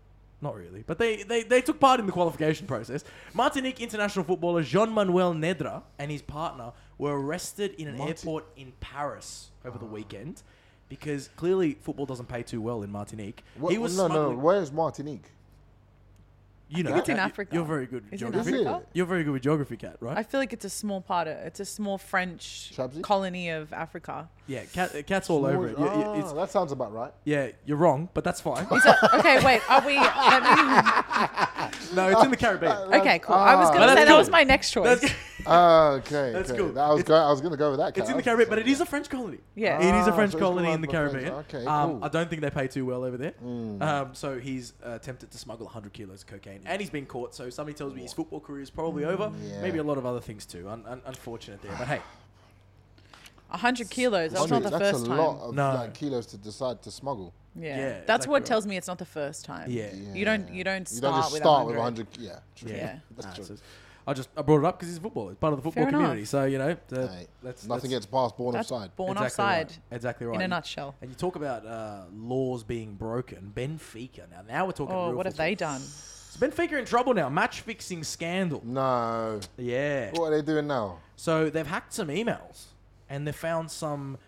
Speaker 1: Not really, but they, they, they took part in the qualification process. Martinique international footballer Jean Manuel Nedra and his partner were arrested in an
Speaker 2: Marti-
Speaker 1: airport in Paris over
Speaker 3: Ah.
Speaker 1: the weekend because clearly football doesn't pay too well in Martinique.
Speaker 2: What-
Speaker 1: he was
Speaker 2: no, no, no.
Speaker 1: smuggling-
Speaker 2: Where's Martinique?
Speaker 1: You know,
Speaker 3: think it's in
Speaker 1: Kat, you-
Speaker 3: Africa.
Speaker 1: You're very good. With
Speaker 3: Is it in
Speaker 1: geography.
Speaker 3: Africa?
Speaker 2: Is
Speaker 1: You're very good with geography, cat. Right?
Speaker 3: I feel like it's a small part of it's a small French
Speaker 2: Shabzi?
Speaker 3: colony of Africa.
Speaker 1: yeah, cat, cat's all over it. You- you-
Speaker 2: Ah,
Speaker 1: it's-
Speaker 2: that sounds about right.
Speaker 1: yeah, you're wrong, but that's fine.
Speaker 3: Is that, okay, wait. Are we? I
Speaker 1: no, it's in
Speaker 2: Oh.
Speaker 1: the Caribbean.
Speaker 3: mean, okay, cool. I was
Speaker 2: Ah.
Speaker 3: gonna
Speaker 1: Well,
Speaker 3: say
Speaker 1: that's
Speaker 3: that was
Speaker 1: good.
Speaker 3: my next choice.
Speaker 1: That's-
Speaker 2: Ah, okay,
Speaker 1: That's
Speaker 2: okay.
Speaker 1: cool.
Speaker 2: That- I was
Speaker 1: It's-
Speaker 2: going. I was going to go with that.
Speaker 1: It's
Speaker 2: Kat.
Speaker 1: in the
Speaker 2: I
Speaker 1: Caribbean,
Speaker 2: was-
Speaker 1: but it is a French colony.
Speaker 3: Yeah.
Speaker 1: It is a
Speaker 2: Ah,
Speaker 1: French
Speaker 2: so it's
Speaker 1: colony in
Speaker 2: run
Speaker 1: the
Speaker 2: by French.
Speaker 1: Caribbean.
Speaker 2: Okay,
Speaker 1: um,
Speaker 2: cool.
Speaker 1: I don't think they pay too well over there.
Speaker 3: Hmm.
Speaker 1: Um, so he's uh, attempted to smuggle 100 kilos of cocaine, and he's been caught. So somebody tells me his football career is probably over.
Speaker 3: Hmm,
Speaker 2: Yeah.
Speaker 1: Maybe a lot of other things too. Un- un- unfortunate there, but hey,
Speaker 3: hundred kilos. That's not the
Speaker 2: That's
Speaker 3: first
Speaker 2: a
Speaker 3: time.
Speaker 2: lot of
Speaker 1: No.
Speaker 2: like, kilos to decide to smuggle.
Speaker 1: Yeah,
Speaker 3: Yeah. that's
Speaker 1: exactly
Speaker 3: what
Speaker 1: right.
Speaker 3: tells me it's not the first time.
Speaker 1: Yeah.
Speaker 3: You don't you don't
Speaker 2: You
Speaker 3: start,
Speaker 2: don't just
Speaker 3: with,
Speaker 2: start with
Speaker 3: 100.
Speaker 2: 100. Yeah, true.
Speaker 3: Yeah.
Speaker 2: That's
Speaker 1: Nah,
Speaker 2: true.
Speaker 1: it's just- I just I brought it up because he's a footballer. It's part of the football
Speaker 3: Fair enough.
Speaker 1: community. So you know, the,
Speaker 2: Hey,
Speaker 1: that's
Speaker 2: nothing
Speaker 1: that's
Speaker 2: gets past born
Speaker 3: That's
Speaker 2: offside.
Speaker 3: born
Speaker 1: exactly
Speaker 3: offside.
Speaker 1: right. Exactly right.
Speaker 3: In a
Speaker 1: You-
Speaker 3: nutshell.
Speaker 1: And you talk about uh, laws being broken. Benfica. Now, now we're talking.
Speaker 3: Oh,
Speaker 1: real
Speaker 3: what have
Speaker 1: football.
Speaker 3: they done?
Speaker 1: So Benfica in trouble now. Match fixing scandal.
Speaker 2: No.
Speaker 1: Yeah.
Speaker 2: What are they doing now?
Speaker 1: So they've hacked some emails and they found some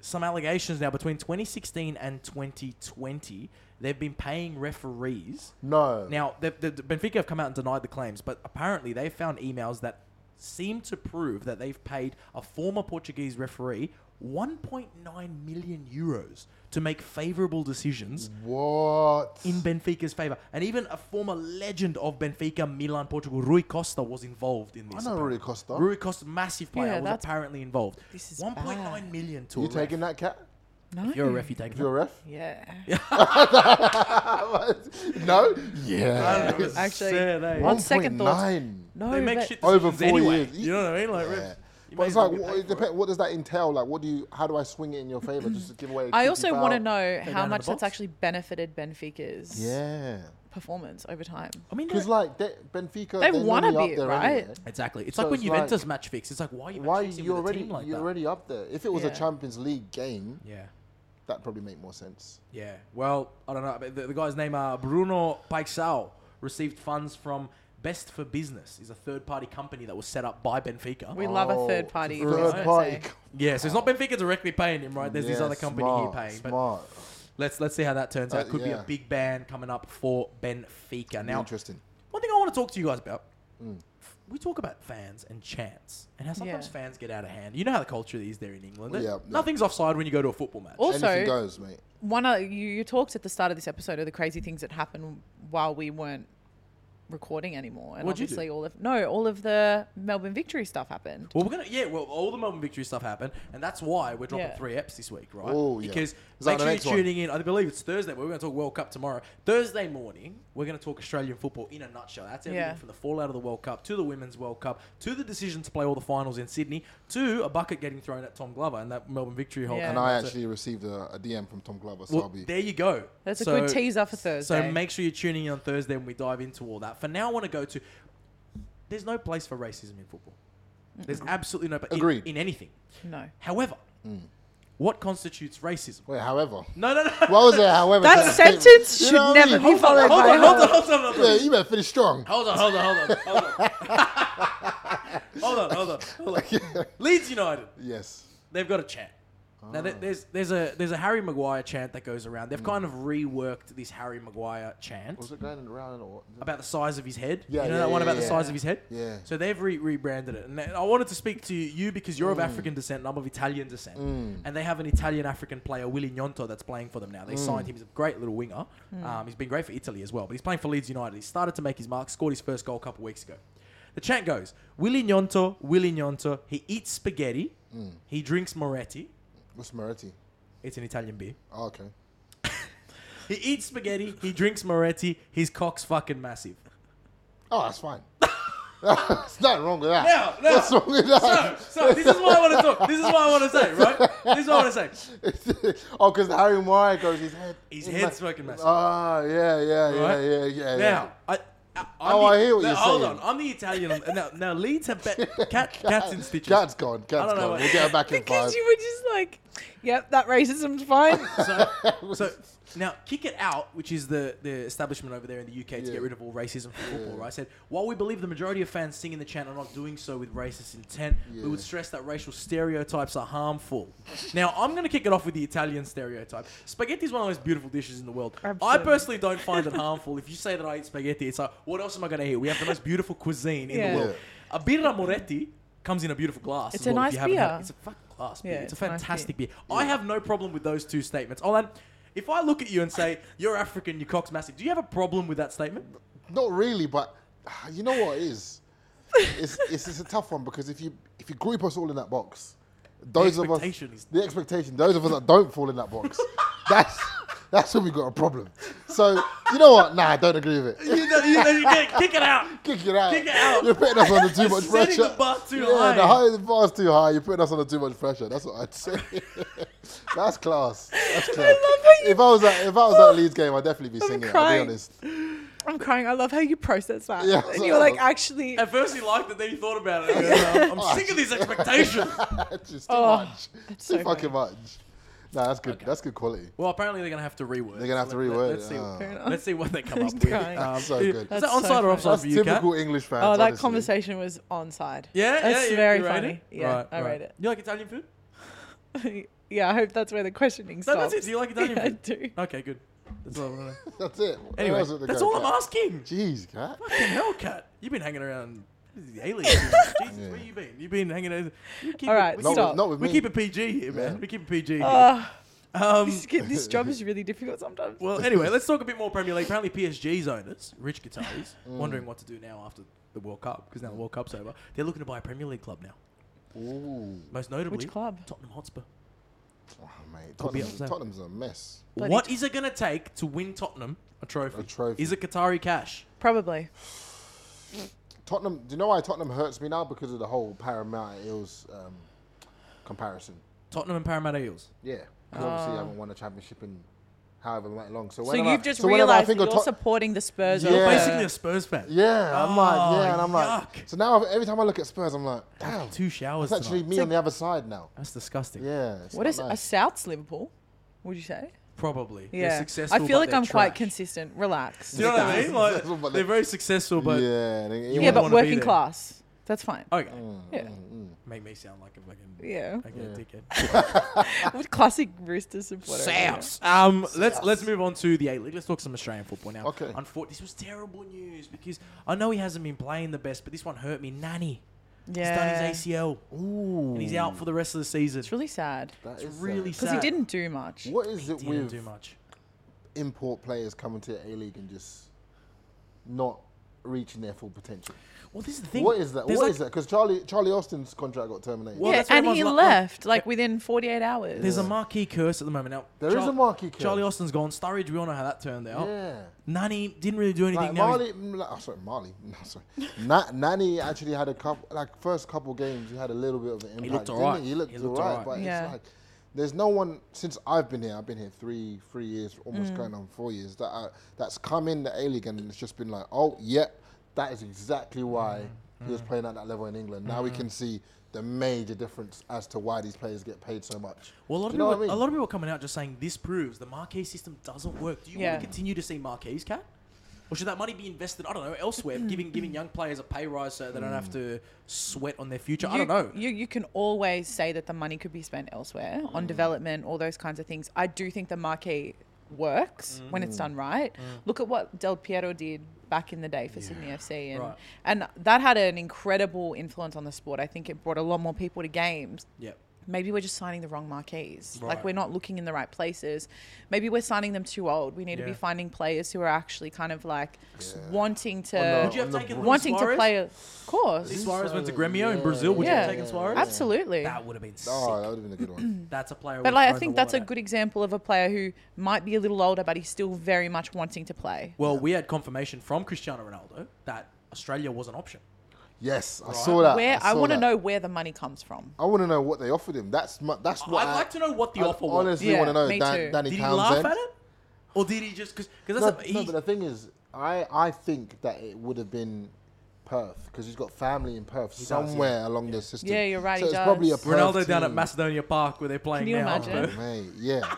Speaker 1: some allegations now between 2016 and 2020. They've been paying referees.
Speaker 2: No.
Speaker 1: Now, the, the, the Benfica have come out and denied the claims, but apparently they found emails that seem to prove that they've paid a former Portuguese referee 1.9 million euros to make favourable decisions
Speaker 2: What?
Speaker 1: in Benfica's favour. And even a former legend of Benfica, Milan, Portugal, Rui Costa was involved in this.
Speaker 2: I know
Speaker 1: apparently.
Speaker 2: Rui Costa.
Speaker 1: Rui Costa, massive player,
Speaker 3: Yeah,
Speaker 1: was
Speaker 3: that's-
Speaker 1: apparently involved.
Speaker 3: This is
Speaker 1: 1.9 million to
Speaker 2: you
Speaker 1: a ref.
Speaker 2: taking that cat?
Speaker 3: No.
Speaker 1: If you're a ref, you take
Speaker 2: If you're a ref?
Speaker 3: yeah.
Speaker 2: no? Yeah.
Speaker 3: Actually,
Speaker 1: Sad, eh?
Speaker 3: on second thought,
Speaker 2: 1.9
Speaker 3: no.
Speaker 1: They make
Speaker 3: but-
Speaker 1: shit
Speaker 2: Over
Speaker 1: decisions
Speaker 2: four
Speaker 1: anyway.
Speaker 2: years.
Speaker 1: You know what I mean? Like,
Speaker 2: Yeah.
Speaker 1: ref, you
Speaker 2: But
Speaker 1: may
Speaker 2: it's
Speaker 1: as well
Speaker 2: like,
Speaker 1: get
Speaker 2: what,
Speaker 1: paid for
Speaker 2: it
Speaker 1: it.
Speaker 2: depends, what does that entail? Like, what do you? How do I swing it in your favor just to give away? I
Speaker 3: I also want to know
Speaker 1: Go
Speaker 3: how
Speaker 1: down the
Speaker 3: much that's
Speaker 1: box.
Speaker 3: actually benefited Benfica's
Speaker 2: Yeah,
Speaker 3: performance over time.
Speaker 1: I mean,
Speaker 2: because
Speaker 1: they're-
Speaker 2: like they, Benfica,
Speaker 3: They
Speaker 2: they're
Speaker 3: wanna
Speaker 2: normally
Speaker 3: be,
Speaker 2: up there
Speaker 3: right?
Speaker 2: anyway.
Speaker 1: exactly. It's
Speaker 2: So
Speaker 1: like when
Speaker 2: it's
Speaker 1: Juventus
Speaker 2: like-
Speaker 1: match fix. It's like why are you
Speaker 2: Why
Speaker 1: match fixing
Speaker 2: you
Speaker 1: with a
Speaker 2: already
Speaker 1: team like
Speaker 2: you're
Speaker 1: that?
Speaker 2: already up there? If it was
Speaker 3: Yeah.
Speaker 2: a Champions League game,
Speaker 1: yeah.
Speaker 2: that probably make more sense.
Speaker 1: Yeah. Well, I don't know. but The, the guy's name, uh, Bruno Paixão, received funds from Best for Business. is a third-party company that was set up by Benfica.
Speaker 3: We love a
Speaker 2: Oh,
Speaker 3: third party.
Speaker 2: third
Speaker 3: investment,
Speaker 2: party.
Speaker 3: so-
Speaker 1: yeah, so it's not Benfica directly paying him, right? There's this
Speaker 2: Yeah,
Speaker 1: other company
Speaker 2: smart,
Speaker 1: here paying. But
Speaker 2: Smart,
Speaker 1: let's let's see how that turns out.
Speaker 2: Uh,
Speaker 1: Could be a
Speaker 2: yeah.
Speaker 1: big ban coming up for Benfica. Now,
Speaker 2: interesting. Mm.
Speaker 1: one thing I want to talk to you guys about. We talk about fans and chants, and how sometimes
Speaker 3: Yeah.
Speaker 1: fans get out of hand. You know how the culture is there in England.
Speaker 2: Yeah, yeah.
Speaker 1: Nothing's offside when you go to a football match.
Speaker 2: Anything
Speaker 3: Also,
Speaker 2: goes, mate.
Speaker 3: one of, you, you talked at the start of this episode of the crazy things that happened while we weren't recording anymore, and
Speaker 1: What'd you do?
Speaker 3: obviously all of no, all of the Melbourne victory stuff happened.
Speaker 1: Well, we're gonna yeah. Well, all the Melbourne victory stuff happened, and that's why we're dropping
Speaker 3: Yeah.
Speaker 1: three eps this week, right?
Speaker 2: Oh, yeah.
Speaker 1: Because
Speaker 2: Is
Speaker 1: make
Speaker 2: that the
Speaker 1: sure you're
Speaker 2: next one?
Speaker 1: tuning in. I believe it's Thursday. But we're gonna talk World Cup tomorrow. Thursday morning, we're gonna talk Australian football in a nutshell. That's everything
Speaker 3: Yeah.
Speaker 1: from the fallout of the World Cup to the Women's World Cup to the decision to play all the finals in Sydney to a bucket getting thrown at Tom Glover and that Melbourne victory whole.
Speaker 3: Yeah.
Speaker 2: And
Speaker 1: thing.
Speaker 2: I
Speaker 1: So-
Speaker 2: actually received a, a DM from Tom Glover, so I'll
Speaker 1: well,
Speaker 2: be.
Speaker 1: there you go.
Speaker 3: That's a
Speaker 1: So-
Speaker 3: good teaser for Thursday.
Speaker 1: So make sure you're tuning in on Thursday when we dive into all that. For now, I want to go to. There's no place for racism in football. There's absolutely no. pla- in-
Speaker 2: Agreed.
Speaker 1: in anything.
Speaker 3: No,
Speaker 1: However, what constitutes racism?
Speaker 2: Wait, however,
Speaker 1: No, no, no.
Speaker 2: what was it? However,
Speaker 3: That
Speaker 2: kind of statement?
Speaker 3: sentence should never be
Speaker 2: Hold on,
Speaker 3: followed
Speaker 2: hold
Speaker 3: by
Speaker 2: on,
Speaker 1: hold
Speaker 3: a-
Speaker 1: on, hold on, hold
Speaker 2: Yeah,
Speaker 1: on.
Speaker 2: you better finish strong.
Speaker 1: Hold on, hold on, hold on, hold on. hold on, hold on, hold on. Leeds United,
Speaker 2: Yes.
Speaker 1: they've got a chant. Now there- there's there's a there's a Harry Maguire chant that goes around. They've kind of reworked this Harry Maguire chant
Speaker 2: Was it going around or?
Speaker 1: about the size of his head.
Speaker 2: Yeah,
Speaker 1: you know
Speaker 2: yeah,
Speaker 1: that one
Speaker 2: yeah,
Speaker 1: about the
Speaker 2: yeah.
Speaker 1: size of his head.
Speaker 2: Yeah.
Speaker 1: So they've re- rebranded it, and I wanted to speak to you because you're of
Speaker 2: Mm.
Speaker 1: African descent and I'm of Italian descent, and they have an Italian African player Willy Nyonto that's playing for them now. They
Speaker 2: Mm.
Speaker 1: signed him; he's a great little winger. Um, he's been great for Italy as well, but he's playing for Leeds United. He started to make his mark, scored his first goal a couple weeks ago. The chant goes: Willy Nyonto, Willy Nyonto. He eats spaghetti.
Speaker 2: Mm.
Speaker 1: He drinks Moretti.
Speaker 2: What's Moretti?
Speaker 1: It's an Italian beer.
Speaker 2: Oh, okay.
Speaker 1: He eats spaghetti. He drinks Moretti. His cock's fucking massive.
Speaker 2: Oh, that's fine. There's nothing wrong with that.
Speaker 1: No, no.
Speaker 2: What's wrong with that?
Speaker 1: So this is what I want to talk. This is what I want to say, right? This is what I want to say.
Speaker 2: oh, because Harry Maguire goes, his head.
Speaker 1: His
Speaker 2: in
Speaker 1: head's
Speaker 2: my-
Speaker 1: fucking massive.
Speaker 2: Ah, yeah, yeah,
Speaker 1: Right?
Speaker 2: yeah, yeah, yeah.
Speaker 1: Now, I, I, I'm
Speaker 2: Oh,
Speaker 1: the,
Speaker 2: I hear what
Speaker 1: now,
Speaker 2: you're
Speaker 1: hold
Speaker 2: saying.
Speaker 1: on, I'm the Italian. on- Now, now Leeds have bet cat, cats in stitches.
Speaker 2: Cat's gone. Cat's
Speaker 1: don't know
Speaker 2: gone.
Speaker 1: what-
Speaker 2: We'll get her back in
Speaker 3: because
Speaker 2: five.
Speaker 3: you were just like, "Yep, that racism's fine."
Speaker 1: So, so now kick it out, which is the, the establishment over there in the UK to
Speaker 2: Yeah.
Speaker 1: get rid of all racism from football. Right? I said, while we believe the majority of fans singing the chant are not doing so with racist intent, we
Speaker 2: Yeah.
Speaker 1: would stress that racial stereotypes are harmful. now I'm going to kick it off with the Italian stereotype. Spaghetti is one of the most beautiful dishes in the world. I
Speaker 3: Absolutely.
Speaker 1: personally don't find it harmful. If you say that I eat spaghetti, it's like, what else am I going to eat? We have the most beautiful cuisine in
Speaker 3: Yeah.
Speaker 1: the world. A birra moretti comes in a beautiful glass.
Speaker 3: It's
Speaker 1: as
Speaker 3: a
Speaker 1: well, if
Speaker 3: nice
Speaker 1: you haven't had it.
Speaker 3: beer.
Speaker 1: It's a fucking glass beer.
Speaker 3: Yeah,
Speaker 1: it's a
Speaker 3: it's a nice
Speaker 1: fantastic beer. I have no problem with those two statements. Olan, if I look at you and say you're African, your cock's massive, do you have a problem with that statement?
Speaker 2: Not really, but ah, you know what it is? It's, it's, it's a tough one because if you if you group us all in that box, those of us
Speaker 1: expectation is-
Speaker 2: the expectation, those of us that don't fall in that box, that's that's when we got a problem. So you know what? Nah, I don't agree with it.
Speaker 1: you know, you know, you get, kick it out.
Speaker 2: Kick it out.
Speaker 1: Kick it out.
Speaker 2: You're putting us under too
Speaker 1: You're
Speaker 2: much pressure.
Speaker 1: setting the bar too
Speaker 2: yeah,
Speaker 1: high.
Speaker 2: the high the bar's too high. You're putting us under too much pressure. That's what I'd say. That's class. That's class. if I was at if I was at Leeds game, I'd definitely be singing. it, I'll
Speaker 3: crying.
Speaker 2: be honest.
Speaker 3: I'm crying. I love how you process that.
Speaker 2: Yeah,
Speaker 3: and
Speaker 2: so-
Speaker 3: you're like, actually,
Speaker 1: At first he liked it, then he thought about it. and, um, I'm sick of these expectations.
Speaker 2: That's just too
Speaker 3: Oh,
Speaker 2: much.
Speaker 3: that's
Speaker 2: too
Speaker 3: so
Speaker 2: fucking
Speaker 3: funny.
Speaker 2: much. Nah, that's good. That's good quality.
Speaker 1: Well, apparently they're gonna have to reword. Oh.
Speaker 2: They're gonna have to
Speaker 1: Let-
Speaker 2: reword
Speaker 1: Let, us
Speaker 2: it.
Speaker 1: see.
Speaker 2: Ah. Fair
Speaker 3: enough.
Speaker 1: Let's see what they come up
Speaker 3: He's
Speaker 1: with.
Speaker 3: crying.
Speaker 1: Um,
Speaker 2: So good.
Speaker 1: Is that
Speaker 3: That's so
Speaker 1: onside or
Speaker 3: funny.
Speaker 1: offside
Speaker 2: That's
Speaker 1: for you, Kat?
Speaker 2: typical English fans.
Speaker 3: oh, that
Speaker 2: honestly.
Speaker 3: conversation was on side.
Speaker 1: Yeah,
Speaker 3: that's
Speaker 1: yeah, you-
Speaker 3: very
Speaker 1: you rate
Speaker 3: funny.
Speaker 1: it?
Speaker 3: Yeah,
Speaker 1: Right,
Speaker 3: I
Speaker 1: right.
Speaker 3: rate it.
Speaker 1: You like Italian food?
Speaker 3: Yeah, I hope that's where the questioning
Speaker 1: No,
Speaker 3: stops.
Speaker 1: that's it. Do you like Italian
Speaker 3: Yeah, I
Speaker 1: food?
Speaker 3: do.
Speaker 1: Okay, good. That's all I want to know.
Speaker 2: That's it. What
Speaker 1: Anyway,
Speaker 2: else is there
Speaker 1: that's
Speaker 2: going
Speaker 1: all I'm
Speaker 2: on?
Speaker 1: asking.
Speaker 2: Jeez, cat.
Speaker 1: Fucking hell, Cat. You've been hanging around This is alien. Jesus, where you been? You been hanging out? You keep
Speaker 3: All right,
Speaker 1: we
Speaker 2: Not
Speaker 1: keep-
Speaker 3: stop. Ah.
Speaker 2: with, not with
Speaker 1: we
Speaker 2: me.
Speaker 1: keep it PG here, man. We keep it PG. here. Um,
Speaker 3: This, kid- this job is really difficult sometimes.
Speaker 1: Well, anyway, let's talk a bit more Premier League. Apparently, PSG's owners, rich Qataris,
Speaker 2: Mm.
Speaker 1: wondering what to do now after the World Cup because now the World Cup's over. They're looking to buy a Premier League club now.
Speaker 2: Ooh,
Speaker 1: Most notably,
Speaker 3: Which club?
Speaker 1: Tottenham Hotspur.
Speaker 2: oh, mate.
Speaker 1: Could be
Speaker 2: Tottenham's,
Speaker 1: upset.
Speaker 2: Tottenham's a mess.
Speaker 3: Bloody
Speaker 1: What is it going to take to win Tottenham a trophy?
Speaker 2: A trophy.
Speaker 1: Is it Qatari cash?
Speaker 3: Probably.
Speaker 2: Tottenham. Do you know why Tottenham hurts me now? Because of the whole Paramount Eels um, comparison.
Speaker 1: Tottenham and Parramatta Eels.
Speaker 2: Yeah, because obviously I haven't won a championship in however long. So,
Speaker 3: so
Speaker 2: whenever
Speaker 3: you've
Speaker 2: I,
Speaker 3: just
Speaker 2: so whenever I
Speaker 3: realised that
Speaker 2: think
Speaker 3: you're
Speaker 2: of Tot-
Speaker 3: supporting the Spurs
Speaker 2: Yeah.
Speaker 3: over.
Speaker 1: Basically, a Spurs fan.
Speaker 2: Yeah, I'm like,
Speaker 1: Oh,
Speaker 2: yeah, and I'm like,
Speaker 1: yuck.
Speaker 2: so now I've- every time I look at Spurs, I'm like, damn,
Speaker 1: Two showers.
Speaker 2: it's actually
Speaker 1: tonight.
Speaker 2: me on the other side now.
Speaker 1: That's disgusting.
Speaker 2: Yeah. it's
Speaker 3: What
Speaker 2: not
Speaker 3: is a
Speaker 2: nice.
Speaker 3: South's Liverpool? Would you say?
Speaker 1: Probably. They're
Speaker 3: Yeah.
Speaker 1: successful.
Speaker 3: I feel
Speaker 1: but
Speaker 3: like
Speaker 1: they're
Speaker 3: I'm quite
Speaker 1: trash.
Speaker 3: consistent. Relax.
Speaker 1: Do you know what I mean?
Speaker 2: Successful,
Speaker 1: Like,
Speaker 2: but
Speaker 1: they're
Speaker 2: they're-
Speaker 1: very successful, but
Speaker 2: yeah, they-
Speaker 3: yeah,
Speaker 2: yeah,
Speaker 1: wouldn't
Speaker 3: but
Speaker 1: wanna be
Speaker 3: working
Speaker 1: there. Oh.
Speaker 3: class. That's fine.
Speaker 1: okay.
Speaker 3: Yeah.
Speaker 1: Make me sound like a fucking
Speaker 3: Yeah.
Speaker 1: like a dickhead.
Speaker 3: With classic Rooster supporter. yeah.
Speaker 1: South. Um, let's let's move on to the A League. Let's talk some Australian football now.
Speaker 2: Okay.
Speaker 1: Unfortunately, this was terrible news because I know he hasn't been playing the best, but this one hurt me. Nanny.
Speaker 3: Yeah.
Speaker 1: He's done his ACL and he's out for the rest of the season.
Speaker 3: It's really sad
Speaker 2: That
Speaker 1: It's
Speaker 2: is, uh,
Speaker 1: really sad.
Speaker 3: because he didn't do much.
Speaker 2: What is it
Speaker 1: He didn't
Speaker 2: with
Speaker 1: do much.
Speaker 2: import players coming to A League and just not reaching their full potential?
Speaker 1: Well, this is the thing.
Speaker 2: What is that? What
Speaker 1: There's like-
Speaker 2: is that? Because Charlie Charlie Austin's contract got terminated.
Speaker 1: Well,
Speaker 3: yeah,
Speaker 1: that's what
Speaker 3: and he
Speaker 1: everyone's like-
Speaker 3: left like within 48 hours.
Speaker 1: There's a marquee curse at the moment. Now
Speaker 2: There is a marquee curse.
Speaker 1: Charlie Austin's gone. Sturridge, we all know how that turned out.
Speaker 2: Yeah.
Speaker 1: Nani didn't really do anything.
Speaker 2: Like
Speaker 1: now he's-
Speaker 2: Marley, mm, like- oh, sorry, Marley. No, sorry. Na- Nani actually had a couple, like first couple games, he had a little bit of an impact.
Speaker 1: looked
Speaker 2: didn't
Speaker 1: alright.
Speaker 2: He looked,
Speaker 1: He looked
Speaker 2: alright,
Speaker 1: alright.
Speaker 2: but
Speaker 3: Yeah.
Speaker 2: it's like there's no one since I've been here. I've been here three, three years, almost going on four years. That I, that's come in the A League and it's just been like, oh, yep, that is exactly
Speaker 1: Mm,
Speaker 2: why he was playing at that level in England. Now we can see the major difference as to why these players get paid so much.
Speaker 1: Well, a lot of
Speaker 2: Do you know
Speaker 1: people,
Speaker 2: what I
Speaker 1: a
Speaker 2: mean?
Speaker 1: lot of people are coming out just saying this proves the Marquee system doesn't work. Do you
Speaker 3: Yeah.
Speaker 1: want to continue to see Marquee's cat, or should that money be invested? I don't know elsewhere,
Speaker 3: Mm.
Speaker 1: giving giving young players a pay rise so they don't
Speaker 2: Mm.
Speaker 1: have to sweat on their future. I
Speaker 3: you,
Speaker 1: don't know.
Speaker 3: You you can always say that the money could be spent elsewhere
Speaker 1: Mm.
Speaker 3: on development, all those kinds of things. I do think the marquee works when
Speaker 1: Mm.
Speaker 3: it's done right. Look at what Del Piero did back in the day for Sydney FC and
Speaker 1: Right.
Speaker 3: and that had an incredible influence on the sport. I think it brought a lot more people to games
Speaker 1: yeah,
Speaker 3: maybe we're just signing the wrong marquees.
Speaker 1: Right.
Speaker 3: Like we're not looking in the right places. Maybe we're signing them too old. We need to
Speaker 1: Yeah.
Speaker 3: be finding players who are actually kind of like wanting to
Speaker 1: would you have
Speaker 2: on the
Speaker 1: taken Luis
Speaker 3: wanting to
Speaker 1: Suarez?
Speaker 3: play. Of
Speaker 1: Luis
Speaker 3: course,
Speaker 1: Suarez went to Gremio in
Speaker 2: Yeah,
Speaker 1: Brazil. Would you
Speaker 3: yeah,
Speaker 1: have taken
Speaker 3: yeah,
Speaker 1: Suarez?
Speaker 3: absolutely.
Speaker 1: That would have been sick.
Speaker 2: Oh, that would have been a good one.
Speaker 1: That's a player.
Speaker 3: But
Speaker 1: we've
Speaker 3: like I
Speaker 1: thrown
Speaker 3: think
Speaker 1: the
Speaker 3: that's a
Speaker 1: wallet at.
Speaker 3: good example of a player who might be a little older, but he's still very much wanting to play.
Speaker 1: Well, we had confirmation from Cristiano Ronaldo that Australia was an option.
Speaker 2: Yes, I saw
Speaker 1: Ah,
Speaker 2: that.
Speaker 3: Where I,
Speaker 2: saw
Speaker 3: want to
Speaker 2: that.
Speaker 3: know where the money comes from.
Speaker 2: I want to know what they offered him. That's my, that's what
Speaker 1: I'd
Speaker 2: I-
Speaker 1: like to know what the
Speaker 2: I
Speaker 1: offer was.
Speaker 2: honestly
Speaker 3: Yeah,
Speaker 2: want to know.
Speaker 3: me
Speaker 2: Dan,
Speaker 3: too.
Speaker 2: Danny
Speaker 1: Did he
Speaker 2: Townsend.
Speaker 1: laugh at it, or did he just because because
Speaker 2: No,
Speaker 1: that's a,
Speaker 2: no,
Speaker 1: he,
Speaker 2: but the thing is, I I think that it would have been Perth because he's got family in Perth
Speaker 1: does,
Speaker 2: somewhere along the system.
Speaker 3: Yeah, you're right,
Speaker 2: So
Speaker 3: he
Speaker 2: it's probably a
Speaker 3: does.
Speaker 2: Perth
Speaker 1: Ronaldo down at
Speaker 2: team.
Speaker 1: Macedonia Park where they're playing
Speaker 3: you
Speaker 1: now.
Speaker 3: imagine?
Speaker 1: bro.
Speaker 2: Mate, yeah,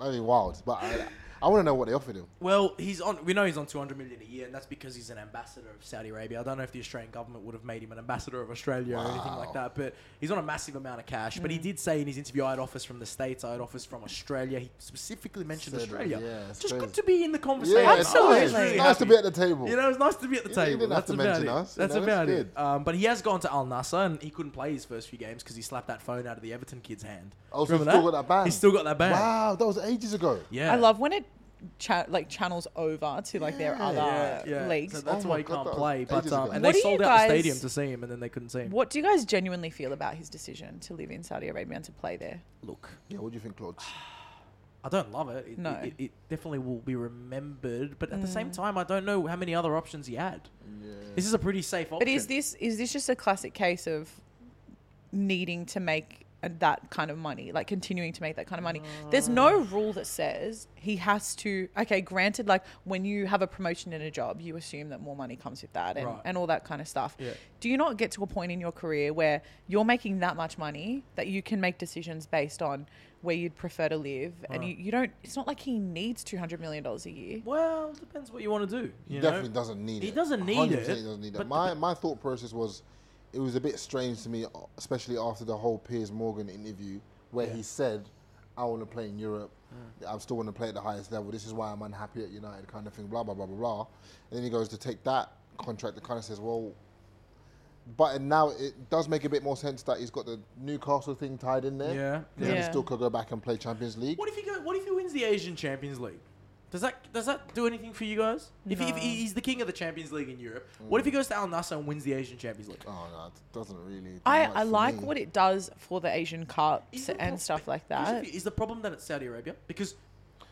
Speaker 2: that'd be wild. But I, I want to know what they offered him.
Speaker 1: Well, he's on. We know he's on 200 million a year, and that's because he's an ambassador of Saudi Arabia. I don't know if the Australian government would have made him an ambassador of Australia or anything like that, but he's on a massive amount of cash. But he
Speaker 2: Mm.
Speaker 1: did say in his interview, "I had offers from the states, I had offers from Australia." He specifically mentioned
Speaker 2: Said,
Speaker 1: Australia.
Speaker 2: yeah, it's
Speaker 1: just good
Speaker 2: crazy.
Speaker 1: to be in the conversation.
Speaker 2: Yeah, it's
Speaker 3: Absolutely.
Speaker 2: nice. It's
Speaker 1: Really
Speaker 2: nice to
Speaker 1: happy.
Speaker 2: be at the table.
Speaker 1: You know, it's nice to be at the
Speaker 2: You
Speaker 1: table.
Speaker 2: didn't have
Speaker 1: That's
Speaker 2: to
Speaker 1: about
Speaker 2: mention
Speaker 1: it.
Speaker 2: us, you
Speaker 1: That's
Speaker 2: know,
Speaker 1: about
Speaker 2: it's
Speaker 1: it.
Speaker 2: good.
Speaker 1: Um, but he has gone to Al Nasser, and he couldn't play his first few games because he slapped that phone out of the Everton kid's hand.
Speaker 2: Oh, so he's
Speaker 1: Remember
Speaker 2: still got that ban.
Speaker 1: He's still got that ban.
Speaker 2: Wow, that was ages ago.
Speaker 1: Yeah,
Speaker 3: I love when it cha- like channels over to like their other
Speaker 1: yeah, yeah.
Speaker 3: leagues.
Speaker 1: So that's
Speaker 2: Oh
Speaker 1: why
Speaker 2: my
Speaker 1: he
Speaker 2: God,
Speaker 1: can't
Speaker 2: that was
Speaker 1: play. But
Speaker 2: ages
Speaker 1: um,
Speaker 2: ago.
Speaker 1: and
Speaker 3: What
Speaker 1: they
Speaker 3: do you
Speaker 1: sold out
Speaker 3: guys-
Speaker 1: the stadium to see him, and then they couldn't see him.
Speaker 3: What do you guys genuinely feel about his decision to live in Saudi Arabia and to play there?
Speaker 1: Look,
Speaker 2: Yeah, what do you think, Claude?
Speaker 1: I don't love it. It,
Speaker 3: No. Mm.
Speaker 1: it, it definitely will be remembered, but at the same time, I don't know how many other options he had. This is a pretty safe option.
Speaker 3: But is this is this just a classic case of needing to make uh, that kind of money, like continuing to make that kind of money? There's no
Speaker 1: Ah.
Speaker 3: rule that says he has to. Okay, granted, like when you have a promotion in a job, you assume that more money comes with that and,
Speaker 1: Right.
Speaker 3: and all that kind of stuff.
Speaker 1: Yeah.
Speaker 3: Do you not get to a point in your career where you're making that much money that you can make decisions based on where you'd prefer to live? And you, you don't. It's not like he needs two hundred million dollars a year.
Speaker 1: Well, depends what you want to do.
Speaker 2: He
Speaker 1: you know?
Speaker 2: definitely doesn't need
Speaker 1: He
Speaker 2: it.
Speaker 1: doesn't need
Speaker 2: 100%
Speaker 1: it,
Speaker 2: He doesn't need
Speaker 1: but-
Speaker 2: it. My my thought process was, it was a bit strange to me, uh, especially after the whole Piers Morgan interview where he said, "I want to play in Europe.
Speaker 1: Mm.
Speaker 2: I still want to play at the highest level. This is why I'm unhappy at United." Kind of thing. Blah blah blah blah blah. And then he goes to take that contract. The kind of says, "Well, But now it does make a bit more sense that he's got the Newcastle thing tied in there.
Speaker 1: Yeah.
Speaker 2: And then he
Speaker 3: Yeah.
Speaker 2: still could go back and play Champions League.
Speaker 1: What if he go, What if he wins the Asian Champions League? Does that does that do anything for you guys? If, he, if
Speaker 3: No.
Speaker 1: he- he's the king of the Champions League in Europe, what if he goes to Al Nassr and wins the Asian Champions League?
Speaker 2: Oh no, it doesn't really. do
Speaker 3: I,
Speaker 2: much
Speaker 3: I
Speaker 2: for
Speaker 3: like
Speaker 2: me.
Speaker 3: what it does for the Asian Cups
Speaker 1: Is the pro-
Speaker 3: and stuff like
Speaker 1: Here's the
Speaker 3: that.
Speaker 1: thing, Is the problem that it's Saudi Arabia? Because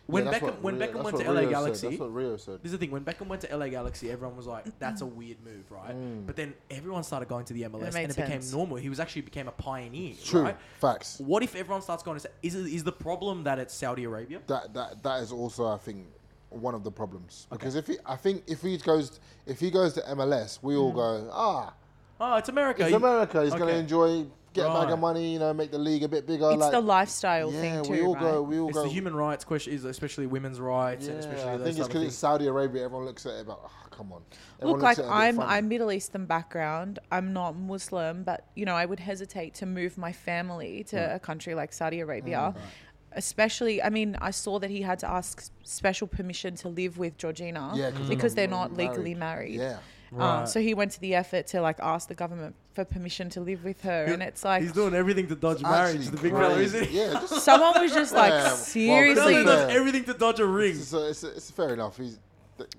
Speaker 1: when
Speaker 2: Yeah, that's
Speaker 1: Beckham
Speaker 2: what
Speaker 1: when
Speaker 2: Rio-
Speaker 1: Beckham
Speaker 2: that's
Speaker 1: went
Speaker 2: what
Speaker 1: to LA
Speaker 2: Rio said,
Speaker 1: Galaxy,
Speaker 2: That's what Rio said.
Speaker 1: This is the thing. When Beckham went to LA Galaxy, everyone was like, "That's a weird move, right?"
Speaker 2: Mm.
Speaker 1: But then everyone started going to the MLS,
Speaker 3: made
Speaker 1: and it became
Speaker 3: sense.
Speaker 1: normal. He was actually became a pioneer.
Speaker 2: True
Speaker 1: Right?
Speaker 2: facts.
Speaker 1: What if everyone starts going to? Sa- Is is the problem that it's Saudi Arabia?
Speaker 2: That that that is also I think one of the problems because if he, I think if he goes if he goes to MLS, we all go ah
Speaker 1: Oh, it's America.
Speaker 2: it's
Speaker 1: Mm. You-
Speaker 2: America. He's going
Speaker 1: okay.
Speaker 2: to enjoy get a bag
Speaker 1: Right.
Speaker 2: of money, you know, make the league a bit bigger.
Speaker 3: It's
Speaker 2: like,
Speaker 3: the lifestyle
Speaker 2: yeah,
Speaker 3: thing too,
Speaker 2: we all
Speaker 3: right?
Speaker 2: go. We all
Speaker 1: It's
Speaker 2: go.
Speaker 1: the human rights question, is especially women's rights,
Speaker 2: yeah,
Speaker 1: and especially
Speaker 2: I
Speaker 1: those
Speaker 2: think it's
Speaker 1: type of
Speaker 2: because it's
Speaker 1: things.
Speaker 2: Saudi Arabia. Everyone looks at it about ah come on. Everyone
Speaker 3: Look,
Speaker 2: looks
Speaker 3: like
Speaker 2: at it a bit
Speaker 3: I'm
Speaker 2: funny.
Speaker 3: I'm Middle Eastern background. I'm not Muslim, but you know, I would hesitate to move my family to
Speaker 2: Hmm.
Speaker 3: a country like Saudi Arabia. Especially, I mean, I saw that he had to ask s- special permission to live with Georgina
Speaker 2: Yeah, 'cause they're
Speaker 3: because
Speaker 2: not-
Speaker 3: they're
Speaker 2: not
Speaker 3: not legally married.
Speaker 2: Yeah.
Speaker 3: Um, so he went to the effort to like ask the government for permission to live with her, and it's like
Speaker 1: he's doing everything to dodge marriage.
Speaker 2: Actually
Speaker 1: The big
Speaker 2: crazy.
Speaker 1: fella, isn't he?
Speaker 2: Yeah, just
Speaker 3: someone was just like
Speaker 2: Yeah, well,
Speaker 3: seriously.
Speaker 1: Ronaldo
Speaker 2: Really?
Speaker 1: does everything to dodge a ring.
Speaker 2: So it's, it's fair enough. He's, th-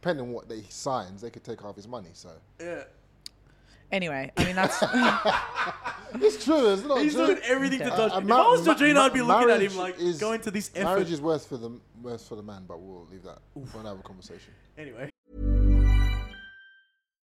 Speaker 2: depending on what they signs, they could take half his money. So
Speaker 1: Yeah.
Speaker 3: Anyway, I mean that's
Speaker 2: it's true. It's not
Speaker 1: He's
Speaker 2: true.
Speaker 1: doing everything to
Speaker 3: Okay.
Speaker 1: dodge.
Speaker 2: A- a
Speaker 1: if
Speaker 2: Uh, ma-
Speaker 1: I was
Speaker 2: ma-
Speaker 1: Georgina, I'd be
Speaker 2: ma-
Speaker 1: looking at him
Speaker 2: marriage
Speaker 1: like
Speaker 2: is-
Speaker 1: going to this effort.
Speaker 2: Marriage is worse for the worse for the man, but we'll leave that for another conversation.
Speaker 1: Anyway.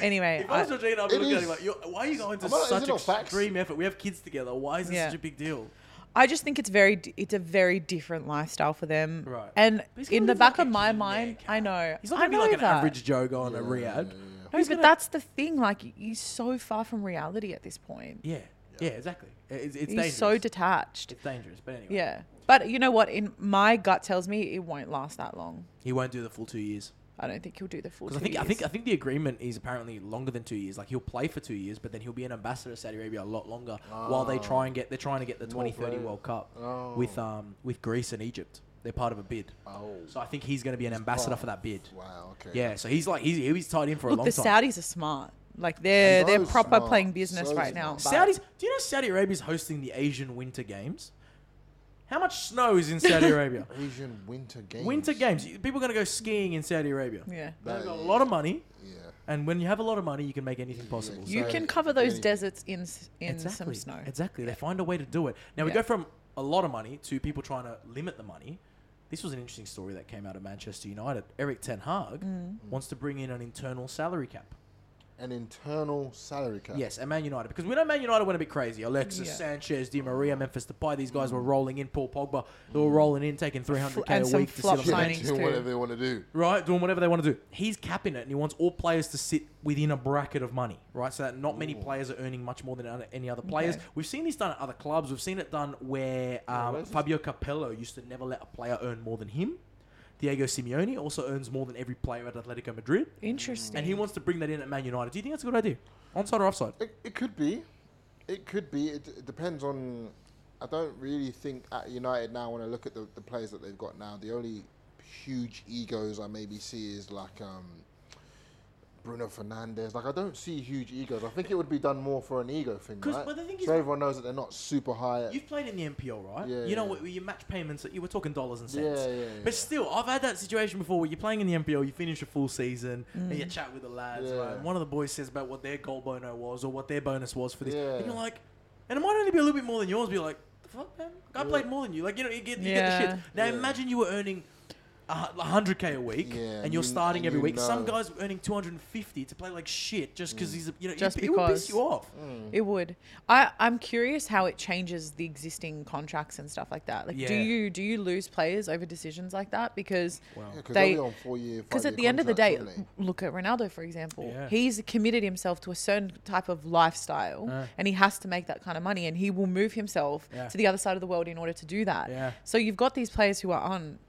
Speaker 3: anyway. uh,
Speaker 1: If I
Speaker 3: I,
Speaker 1: was Georgina, I'd be
Speaker 2: It
Speaker 1: looking at
Speaker 2: is-
Speaker 1: him like, You're, why are you going to
Speaker 2: Am I not- is
Speaker 1: such
Speaker 2: it not facts?
Speaker 1: extreme effort? We have kids together. Why is this
Speaker 3: Yeah.
Speaker 1: such a big deal?
Speaker 3: I just think it's very d- it's a very different lifestyle for them.
Speaker 1: Right.
Speaker 3: And
Speaker 1: But he's gonna
Speaker 3: in the
Speaker 1: live
Speaker 3: back
Speaker 1: like
Speaker 3: of
Speaker 1: a
Speaker 3: my
Speaker 1: king
Speaker 3: mind,
Speaker 1: there,
Speaker 3: I
Speaker 1: Kat.
Speaker 3: know.
Speaker 1: He's not
Speaker 3: I
Speaker 1: going to be like
Speaker 3: know
Speaker 1: an
Speaker 3: that.
Speaker 1: average Joe going to Riyadh.
Speaker 3: No, but that's the thing. Like y- he's so far from reality at this point.
Speaker 1: Yeah. Yeah, exactly. It's, it's
Speaker 3: he's
Speaker 1: dangerous.
Speaker 3: so detached.
Speaker 1: it's dangerous. But anyway,
Speaker 3: Yeah. But you know what? In my gut tells me it won't last that long.
Speaker 1: he won't do the full two years.
Speaker 3: I don't think he'll do the full.
Speaker 1: Because I
Speaker 3: two
Speaker 1: think I think I
Speaker 3: years.
Speaker 1: think the agreement is apparently longer than two years. Like he'll play for two years, but then he'll be an ambassador to Saudi Arabia a lot longer while they try and get they're trying to get the twenty thirty World Cup with um with Greece and Egypt. They're part of a bid.
Speaker 2: Oh.
Speaker 1: So I think he's going to be an ambassador for that bid.
Speaker 2: Wow. Okay.
Speaker 1: Yeah. So he's like he's he was tied in for a
Speaker 3: Look,
Speaker 1: long
Speaker 3: the
Speaker 1: time.
Speaker 3: Saudis are smart. Like they're
Speaker 2: So
Speaker 3: they're proper
Speaker 2: smart.
Speaker 3: playing business
Speaker 2: So
Speaker 3: right now. but-
Speaker 1: Saudi's. Do you know Saudi Arabia's hosting the Asian Winter Games? How much snow is in Saudi Arabia?
Speaker 2: Asian Winter Games.
Speaker 1: Winter Games. you- People are going to go skiing in Saudi Arabia.
Speaker 3: Yeah.
Speaker 1: They've got a
Speaker 2: is-
Speaker 1: lot of money,
Speaker 2: Yeah.
Speaker 1: and when you have a lot of money, you can make anything possible.
Speaker 3: You
Speaker 2: So-
Speaker 3: can cover those
Speaker 2: Yeah.
Speaker 3: deserts in s- in
Speaker 1: exactly.
Speaker 3: some snow.
Speaker 1: Exactly. They find a way to do it. Now we
Speaker 3: Yeah.
Speaker 1: go from a lot of money to people trying to limit the money. This was an interesting story that came out of Manchester United. Eric Ten Hag
Speaker 3: Mm.
Speaker 1: wants to bring in an internal salary cap.
Speaker 2: An internal salary cap.
Speaker 1: Yes, and Man United. Because we know Man United went a bit crazy. Alexis
Speaker 3: Yeah.
Speaker 1: Sanchez, Di Maria, Memphis Depay. These guys were rolling in. Paul Pogba. They were rolling in, taking 300k
Speaker 3: Mm. and
Speaker 1: a
Speaker 3: some
Speaker 1: week to sit
Speaker 3: flop
Speaker 1: on the
Speaker 2: Yeah,
Speaker 1: bench.
Speaker 3: signings
Speaker 2: do
Speaker 3: too.
Speaker 2: whatever they want to do.
Speaker 1: Right, doing whatever they want to do. He's capping it, and he wants all players to sit within a bracket of money, right? So that not many players are earning much more than other- any other players.
Speaker 3: Okay.
Speaker 1: We've seen this done at other clubs. We've seen it done where um,
Speaker 2: where's this-
Speaker 1: Fabio Capello used to never let a player earn more than him. Diego Simeone also earns more than every player at Atletico Madrid,
Speaker 3: Interesting.
Speaker 1: and he wants to bring that in at Man United. Do you think that's a good idea? Onside or offside?
Speaker 2: It, it could be. It could be. It, it depends on. I don't really think at United now, when I look at the, the players that they've got now, the only huge egos I maybe see is like um, Bruno Fernandez. Like, I don't see huge egos. I think it would be done more for an ego thing,
Speaker 1: 'Cause-
Speaker 2: right?
Speaker 1: but the thing
Speaker 2: so
Speaker 1: is-
Speaker 2: everyone knows that they're not super high. At,
Speaker 1: You've played in the NPL, right?
Speaker 2: Yeah,
Speaker 1: you know
Speaker 2: yeah.
Speaker 1: what your match payments. You were talking dollars and cents.
Speaker 2: Yeah, yeah,
Speaker 1: But
Speaker 2: yeah.
Speaker 1: still, I've had that situation before where you're playing in the NPL, you finish a full season, and you
Speaker 3: Mm.
Speaker 1: chat with the lads,
Speaker 2: Yeah.
Speaker 1: right? And one of the boys says about what their goal bono was or what their bonus was for this, and
Speaker 2: Yeah.
Speaker 1: you're like, and it might only be a little bit more than yours. Be like, the fuck, man, I played more than you. Like, you know, you get you get the
Speaker 3: Yeah.
Speaker 1: shit. Now imagine you were earning. uh, 100k a week,
Speaker 2: Yeah,
Speaker 1: and you're
Speaker 2: you-
Speaker 1: starting
Speaker 2: you
Speaker 1: every week. Some
Speaker 2: know. Mm.
Speaker 1: guys earning 250 to play like shit just because he's a- you know
Speaker 3: Just
Speaker 1: it, it would piss
Speaker 3: because.
Speaker 1: you off.
Speaker 3: It would. I, I'm curious how it changes the existing contracts and stuff like that. Like, do
Speaker 1: Yeah.
Speaker 3: you do you lose players over decisions like that? Because
Speaker 2: Because
Speaker 3: They-
Speaker 2: they'll be on four year.
Speaker 3: because at the end of the day, look at Ronaldo for example.
Speaker 1: Yeah.
Speaker 3: He's committed himself to a certain type of lifestyle, and he has to make that kind of money, and he will move himself
Speaker 1: Uh. Yeah.
Speaker 3: to the other side of the world in order to do that.
Speaker 1: Yeah.
Speaker 3: So you've got these players who are on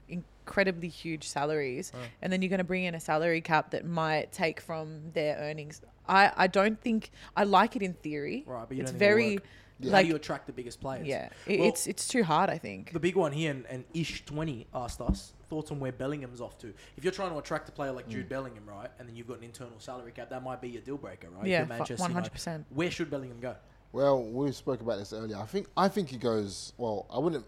Speaker 3: incredibly huge salaries, and then you're going to bring in a salary cap that might take from their earnings. I, I don't think I like it in theory.
Speaker 1: Right, but you
Speaker 3: it's
Speaker 1: don't think it'll
Speaker 3: very
Speaker 1: work. How
Speaker 3: like
Speaker 1: do you attract the biggest players?
Speaker 3: yeah, it,
Speaker 1: Well,
Speaker 3: it's it's too hard. I think.
Speaker 1: The big one here, and, and Ish20 asked us thoughts on where Bellingham's off to. If you're trying to attract a player like
Speaker 3: Mm.
Speaker 1: Jude Bellingham, right, and then you've got an internal salary cap, that might be your deal breaker, right? If
Speaker 3: Yeah,
Speaker 1: you're
Speaker 3: fu-
Speaker 1: Manchester United.
Speaker 3: 100%.
Speaker 1: Where should Bellingham go?
Speaker 2: Well, we spoke about this earlier. I think I think he goes. Well, I wouldn't.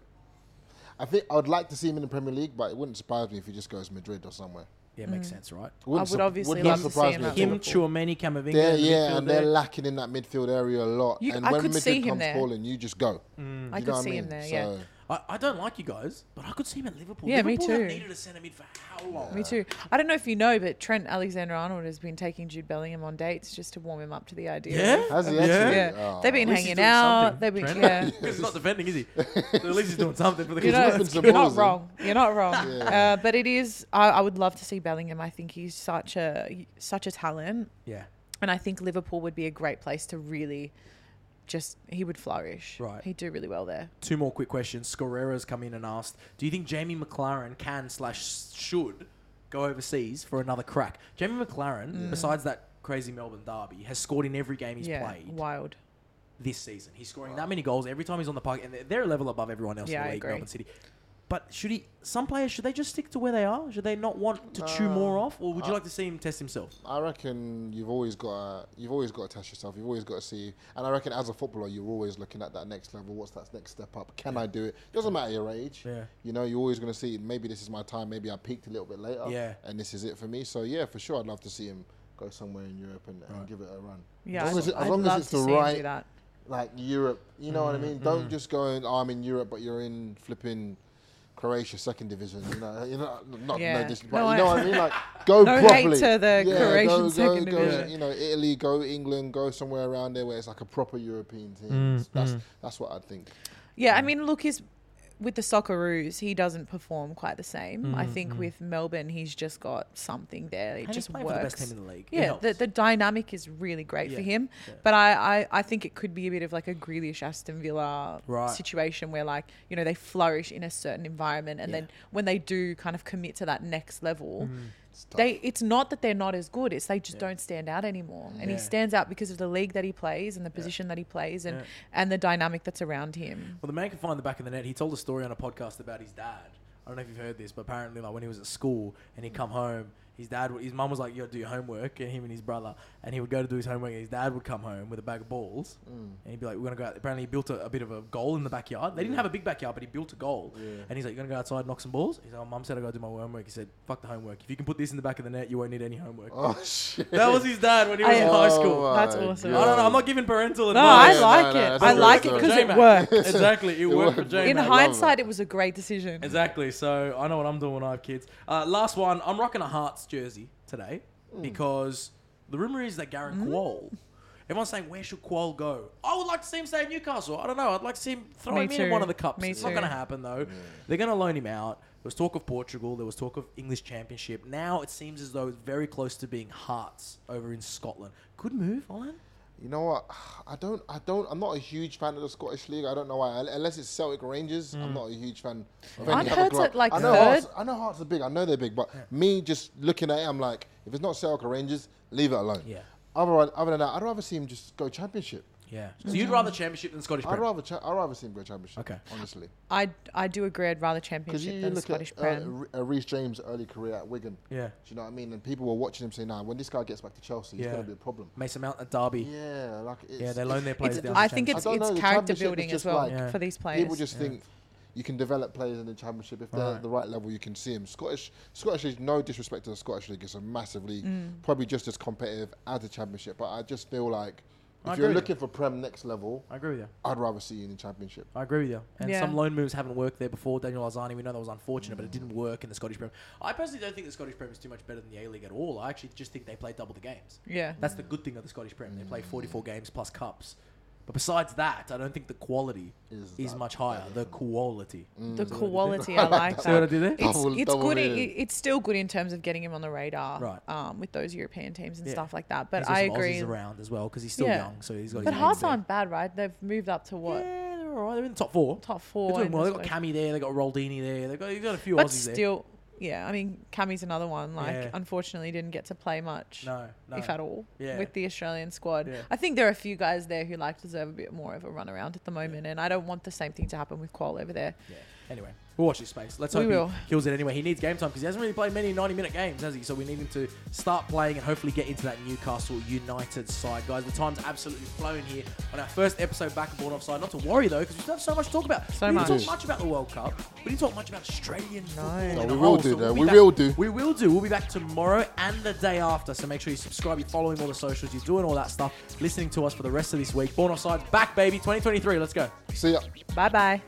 Speaker 2: I think I would like to see him in the Premier League, but it wouldn't surprise me if he just goes Madrid or somewhere.
Speaker 1: Yeah, makes
Speaker 3: Mm.
Speaker 1: sense, right?
Speaker 2: It wouldn't
Speaker 3: I would
Speaker 2: sup-
Speaker 3: obviously
Speaker 2: would
Speaker 3: love
Speaker 2: not
Speaker 3: to see
Speaker 2: surprise
Speaker 3: him
Speaker 2: me
Speaker 3: at
Speaker 2: at all.
Speaker 1: Him, Chouameni, Camavinga.
Speaker 2: They're,
Speaker 1: in the
Speaker 2: yeah,
Speaker 1: midfield
Speaker 2: and
Speaker 1: there.
Speaker 2: they're lacking in that midfield area a lot.
Speaker 3: You-
Speaker 2: and
Speaker 3: I
Speaker 2: when
Speaker 3: could
Speaker 2: midfield
Speaker 3: see him
Speaker 2: comes
Speaker 3: there. Mm.
Speaker 2: calling, you just go.
Speaker 3: I
Speaker 2: You
Speaker 3: could
Speaker 2: know what
Speaker 3: see him
Speaker 2: mean?
Speaker 3: there, yeah.
Speaker 2: So-
Speaker 1: I, I don't like you guys, but I could see him at Liverpool.
Speaker 3: Yeah, me
Speaker 1: Liverpool have
Speaker 3: too.
Speaker 1: needed a centre mid for how long?
Speaker 3: Me too. I don't know if you know, but Trent Alexander Arnold has been taking Jude Bellingham on dates just to warm him up to the idea.
Speaker 1: Yeah?
Speaker 3: of-
Speaker 2: Has he
Speaker 3: of-
Speaker 2: actually?
Speaker 3: Yeah.
Speaker 2: Oh.
Speaker 3: They've been
Speaker 1: At least he's
Speaker 3: hanging
Speaker 1: doing
Speaker 3: out.
Speaker 1: something,
Speaker 3: They've been,
Speaker 1: Trent. 'Cause
Speaker 3: yeah.
Speaker 1: he's not defending, is he? But at least he's doing something for the
Speaker 3: You know,
Speaker 2: whipping some
Speaker 3: you're not
Speaker 2: balls in.
Speaker 3: wrong. You're not wrong. Uh, but it is. I, I would love to see Bellingham. I think he's such a such a talent,
Speaker 1: Yeah.
Speaker 3: and I think Liverpool would be a great place to really, just he would flourish.
Speaker 1: Right.
Speaker 3: He'd do really well there.
Speaker 1: Two more quick questions. Scorera's come in and asked, "Do you think Jamie McLaren can slash should go overseas for another crack?" Jamie McLaren, besides that crazy Melbourne derby, has scored in every game he's
Speaker 3: Mm. yeah.
Speaker 1: played
Speaker 3: Wild.
Speaker 1: this season. He's scoring that many goals every time he's on the park, and they're, they're a level above everyone else in
Speaker 3: Yeah, I
Speaker 1: the league,
Speaker 3: agree.
Speaker 1: Melbourne City. But should he? Some players should they just stick to where they are? Should they not want to
Speaker 3: Uh,
Speaker 1: chew more off, or would you like to see him test himself?
Speaker 2: I reckon you've always got to, you've always got to test yourself. You've always got to see, and I reckon as a footballer, you're always looking at that next level. What's that next step up? Can I do it? Doesn't matter your age.
Speaker 1: Yeah.
Speaker 2: You know, you're always going to see. Maybe this is my time. Maybe I peaked a little bit later.
Speaker 1: Yeah.
Speaker 2: And this is it for me. So yeah, for sure, I'd love to see him go somewhere in Europe and, and give it a run.
Speaker 3: Yeah.
Speaker 2: As long
Speaker 3: I'd,
Speaker 2: as, it- as
Speaker 3: I'd
Speaker 2: long as
Speaker 3: love
Speaker 2: it's
Speaker 3: to
Speaker 2: the
Speaker 3: see him do
Speaker 2: right,
Speaker 3: that.
Speaker 2: like Europe. You know what I
Speaker 3: Mm-hmm,
Speaker 2: mean? Don't just go and oh, I'm in Europe, but you're in flipping. Croatia second division, you know, you know, not
Speaker 3: Yeah.
Speaker 2: no, dis-
Speaker 3: No,
Speaker 2: but
Speaker 3: I-
Speaker 2: you know what I mean. Like, go
Speaker 3: No hate
Speaker 2: properly
Speaker 3: to the Croatian second
Speaker 2: go,
Speaker 3: division.
Speaker 2: You know, Italy, go England, go somewhere around there where it's like a proper European team.
Speaker 3: Mm,
Speaker 2: That's that's what I think.
Speaker 3: Yeah,
Speaker 1: Mm.
Speaker 3: I mean, look, he's with the Socceroos, he doesn't perform quite the same. I
Speaker 1: Mm,
Speaker 3: think with Melbourne, he's just got something there. It
Speaker 1: And he's
Speaker 3: just
Speaker 1: playing
Speaker 3: works.
Speaker 1: for the best team in the league. It
Speaker 3: yeah, the,
Speaker 1: helps.
Speaker 3: the dynamic is really great for
Speaker 1: Yeah,
Speaker 3: him. But I, I, I think it could be a bit of like a Grealish Aston Villa
Speaker 1: Right.
Speaker 3: situation where like you know they flourish in a certain environment, and then when they do kind of commit to that next level.
Speaker 1: Mm.
Speaker 3: They, it's not that they're not as good; it's they just don't stand out anymore. And he
Speaker 1: Yeah.
Speaker 3: stands out because of the league that he plays, and the position that he plays, and and the dynamic that's around him.
Speaker 1: Well, the man can find the back of the net. He told a story on a podcast about his dad. I don't know if you've heard this, but apparently, like when he was at school and he'd come home, his dad, would- his mum was like, "Yo, do your homework," and him and his brother, and he would go to do his homework, and his dad would come home with a bag of balls,
Speaker 2: Mm.
Speaker 1: and he'd be like, "We're gonna go." out. Apparently, he built a, a bit of a goal in the backyard. They didn't have a big backyard, but he built a goal, and he's like, "You're gonna go outside, and knock some balls." He's like, oh, "Mum said I gotta do my homework." He said, "Fuck the homework. If you can put this in the back of the net, you won't need any homework."
Speaker 2: Oh shit!
Speaker 1: That was his dad when he was in
Speaker 3: Oh,
Speaker 1: high school.
Speaker 2: my
Speaker 3: That's awesome.
Speaker 1: I don't know. I'm not giving parental
Speaker 3: No,
Speaker 1: advice.
Speaker 3: I
Speaker 2: no,
Speaker 3: like
Speaker 2: no,
Speaker 3: it.
Speaker 2: that's
Speaker 3: I
Speaker 2: all
Speaker 3: like it
Speaker 2: right,
Speaker 3: because
Speaker 2: sorry.
Speaker 3: it worked.
Speaker 1: exactly, it, worked, for
Speaker 2: worked.
Speaker 1: J-Mac.
Speaker 3: In
Speaker 2: I love
Speaker 3: hindsight,
Speaker 2: it.
Speaker 3: it was a great decision.
Speaker 1: Exactly. So I know what I'm doing when I have kids. Uh, last one. I'm rocking a Hearts jersey today
Speaker 2: Mm.
Speaker 1: because the rumor is that Gareth
Speaker 3: Mm.
Speaker 1: Quall. Everyone's saying where should Quall go? I would like to see him stay at Newcastle. I don't know. I'd like to see him throw
Speaker 3: Me
Speaker 1: him in
Speaker 3: too.
Speaker 1: one of the cups.
Speaker 3: Me
Speaker 1: it's not
Speaker 3: too.
Speaker 1: going to happen though. They're going to loan him out. There was talk of Portugal. There was talk of English Championship. Now it seems as though it's very close to being Hearts over in Scotland. Good move, Alan.
Speaker 2: You know what? I don't. I don't. I'm not a huge fan of the Scottish league. I don't know why. Unless it's Celtic Rangers,
Speaker 1: Mm.
Speaker 2: I'm not a huge fan. Of any
Speaker 3: Aren't
Speaker 2: other
Speaker 3: Hearts
Speaker 2: club.
Speaker 3: at, like,
Speaker 2: I know
Speaker 3: third?
Speaker 2: Hearts, I know Hearts are big. I know they're big, but me just looking at it, I'm like, if it's not Celtic or Rangers, leave it alone.
Speaker 1: Yeah.
Speaker 2: Other, other than that, I'd rather see him just go championship.
Speaker 1: Yeah. So
Speaker 3: Mm.
Speaker 1: you'd rather Championship than Scottish
Speaker 2: I'd
Speaker 1: Prem?
Speaker 2: rather. Cha- I'd rather see him go championship.
Speaker 1: Okay.
Speaker 2: Honestly.
Speaker 3: I, I do agree. I'd rather
Speaker 2: Because
Speaker 3: championship
Speaker 2: you
Speaker 3: than
Speaker 2: look
Speaker 3: Scottish
Speaker 2: at uh,
Speaker 3: Prem.
Speaker 2: Re- uh, Reece James' early career at Wigan.
Speaker 1: Yeah.
Speaker 2: Do you know what I mean? And people were watching him saying, "Nah, when this guy gets back to Chelsea, he's
Speaker 1: Yeah.
Speaker 2: going to be a problem."
Speaker 1: Mason Mount at Derby.
Speaker 2: Yeah, like it's,
Speaker 1: Yeah, they loan their
Speaker 3: It's,
Speaker 1: players down. to
Speaker 3: I think
Speaker 1: Championship.
Speaker 3: it's
Speaker 2: I don't
Speaker 3: it's
Speaker 2: know, the
Speaker 3: character
Speaker 2: championship is
Speaker 3: building as
Speaker 2: just
Speaker 3: well
Speaker 2: like-
Speaker 1: Yeah.
Speaker 3: for these players.
Speaker 2: People just think you can develop players in the championship if they're at the right level. You can see them. Scottish Scottish League, no disrespect
Speaker 3: Mm.
Speaker 2: to the Scottish League, it's a massive league, probably just as competitive as the championship. But I just feel like
Speaker 1: I
Speaker 2: If you're
Speaker 1: agree.
Speaker 2: looking for Prem next level,
Speaker 1: I agree with you.
Speaker 2: I'd rather see you in the Championship.
Speaker 1: I agree with you. And
Speaker 3: Yeah.
Speaker 1: some loan moves haven't worked there before. Daniel Arzani, we know that was unfortunate, but it didn't work in the Scottish Premier. I personally don't think the Scottish Premier is too much better than the A League at all. I actually just think they play double the games.
Speaker 3: Yeah.
Speaker 1: That's the good thing of the Scottish Premier. They play 44 games plus cups. But besides that, I don't think the quality is,
Speaker 2: Is that Mm.
Speaker 1: much higher. The quality.
Speaker 3: the quality, I like that.
Speaker 1: See what I did there?
Speaker 3: It's,
Speaker 2: Double-
Speaker 3: it's
Speaker 2: double
Speaker 3: good. i-
Speaker 2: in.
Speaker 3: i- it's still good in terms of getting him on the radar,
Speaker 1: Right.
Speaker 3: Um, with those European teams and
Speaker 1: Yeah.
Speaker 3: stuff like that. But
Speaker 1: There's
Speaker 3: I
Speaker 1: some
Speaker 3: agree.
Speaker 1: Aussies around as well because he's still
Speaker 3: Yeah.
Speaker 1: young, so he's got.
Speaker 3: But
Speaker 1: his
Speaker 3: Hearts
Speaker 1: legs there.
Speaker 3: aren't bad, right? They've moved up to what?
Speaker 1: Yeah, they're all right. They're in the top four.
Speaker 3: Top
Speaker 1: They're
Speaker 3: four.
Speaker 1: doing
Speaker 3: in
Speaker 1: well.
Speaker 3: this
Speaker 1: They got Cammy
Speaker 3: league.
Speaker 1: there. They got Roldini there. They got you got a few
Speaker 3: But
Speaker 1: Aussies
Speaker 3: still, yeah. I mean, Cammy's another one. Like,
Speaker 1: Yeah.
Speaker 3: unfortunately, didn't get to play much,
Speaker 1: there. No, no.
Speaker 3: if at all,
Speaker 1: Yeah.
Speaker 3: with the Australian squad.
Speaker 1: Yeah.
Speaker 3: I think there are a few guys there who like deserve a bit more of a run around at the moment, and I don't want the same thing to happen with Cole over there.
Speaker 1: Yeah. Anyway, we'll watch his space. Let's
Speaker 3: We
Speaker 1: hope
Speaker 3: will.
Speaker 1: he kills it anyway. He needs game time because he hasn't really played many 90 minute games, has he? So we need him to start playing and hopefully get into that Newcastle United side. Guys, the time's absolutely flown here on our first episode back of Born Offside. Not to worry though, because we still have so much to talk about.
Speaker 3: So
Speaker 1: we didn't
Speaker 3: much.
Speaker 1: talk much about the World Cup. We didn't talk much about Australian football.
Speaker 2: No,
Speaker 1: in
Speaker 2: we
Speaker 1: a
Speaker 2: will
Speaker 1: whole,
Speaker 2: do
Speaker 1: so
Speaker 2: that.
Speaker 1: be
Speaker 2: We
Speaker 1: back-
Speaker 2: will do.
Speaker 1: We will do. We'll be back tomorrow and the day after. So make sure you subscribe, you're following all the socials, you're doing all that stuff, listening to us for the rest of this week. Born Offside back, baby, 2023. Let's go.
Speaker 2: See ya.
Speaker 3: Bye bye.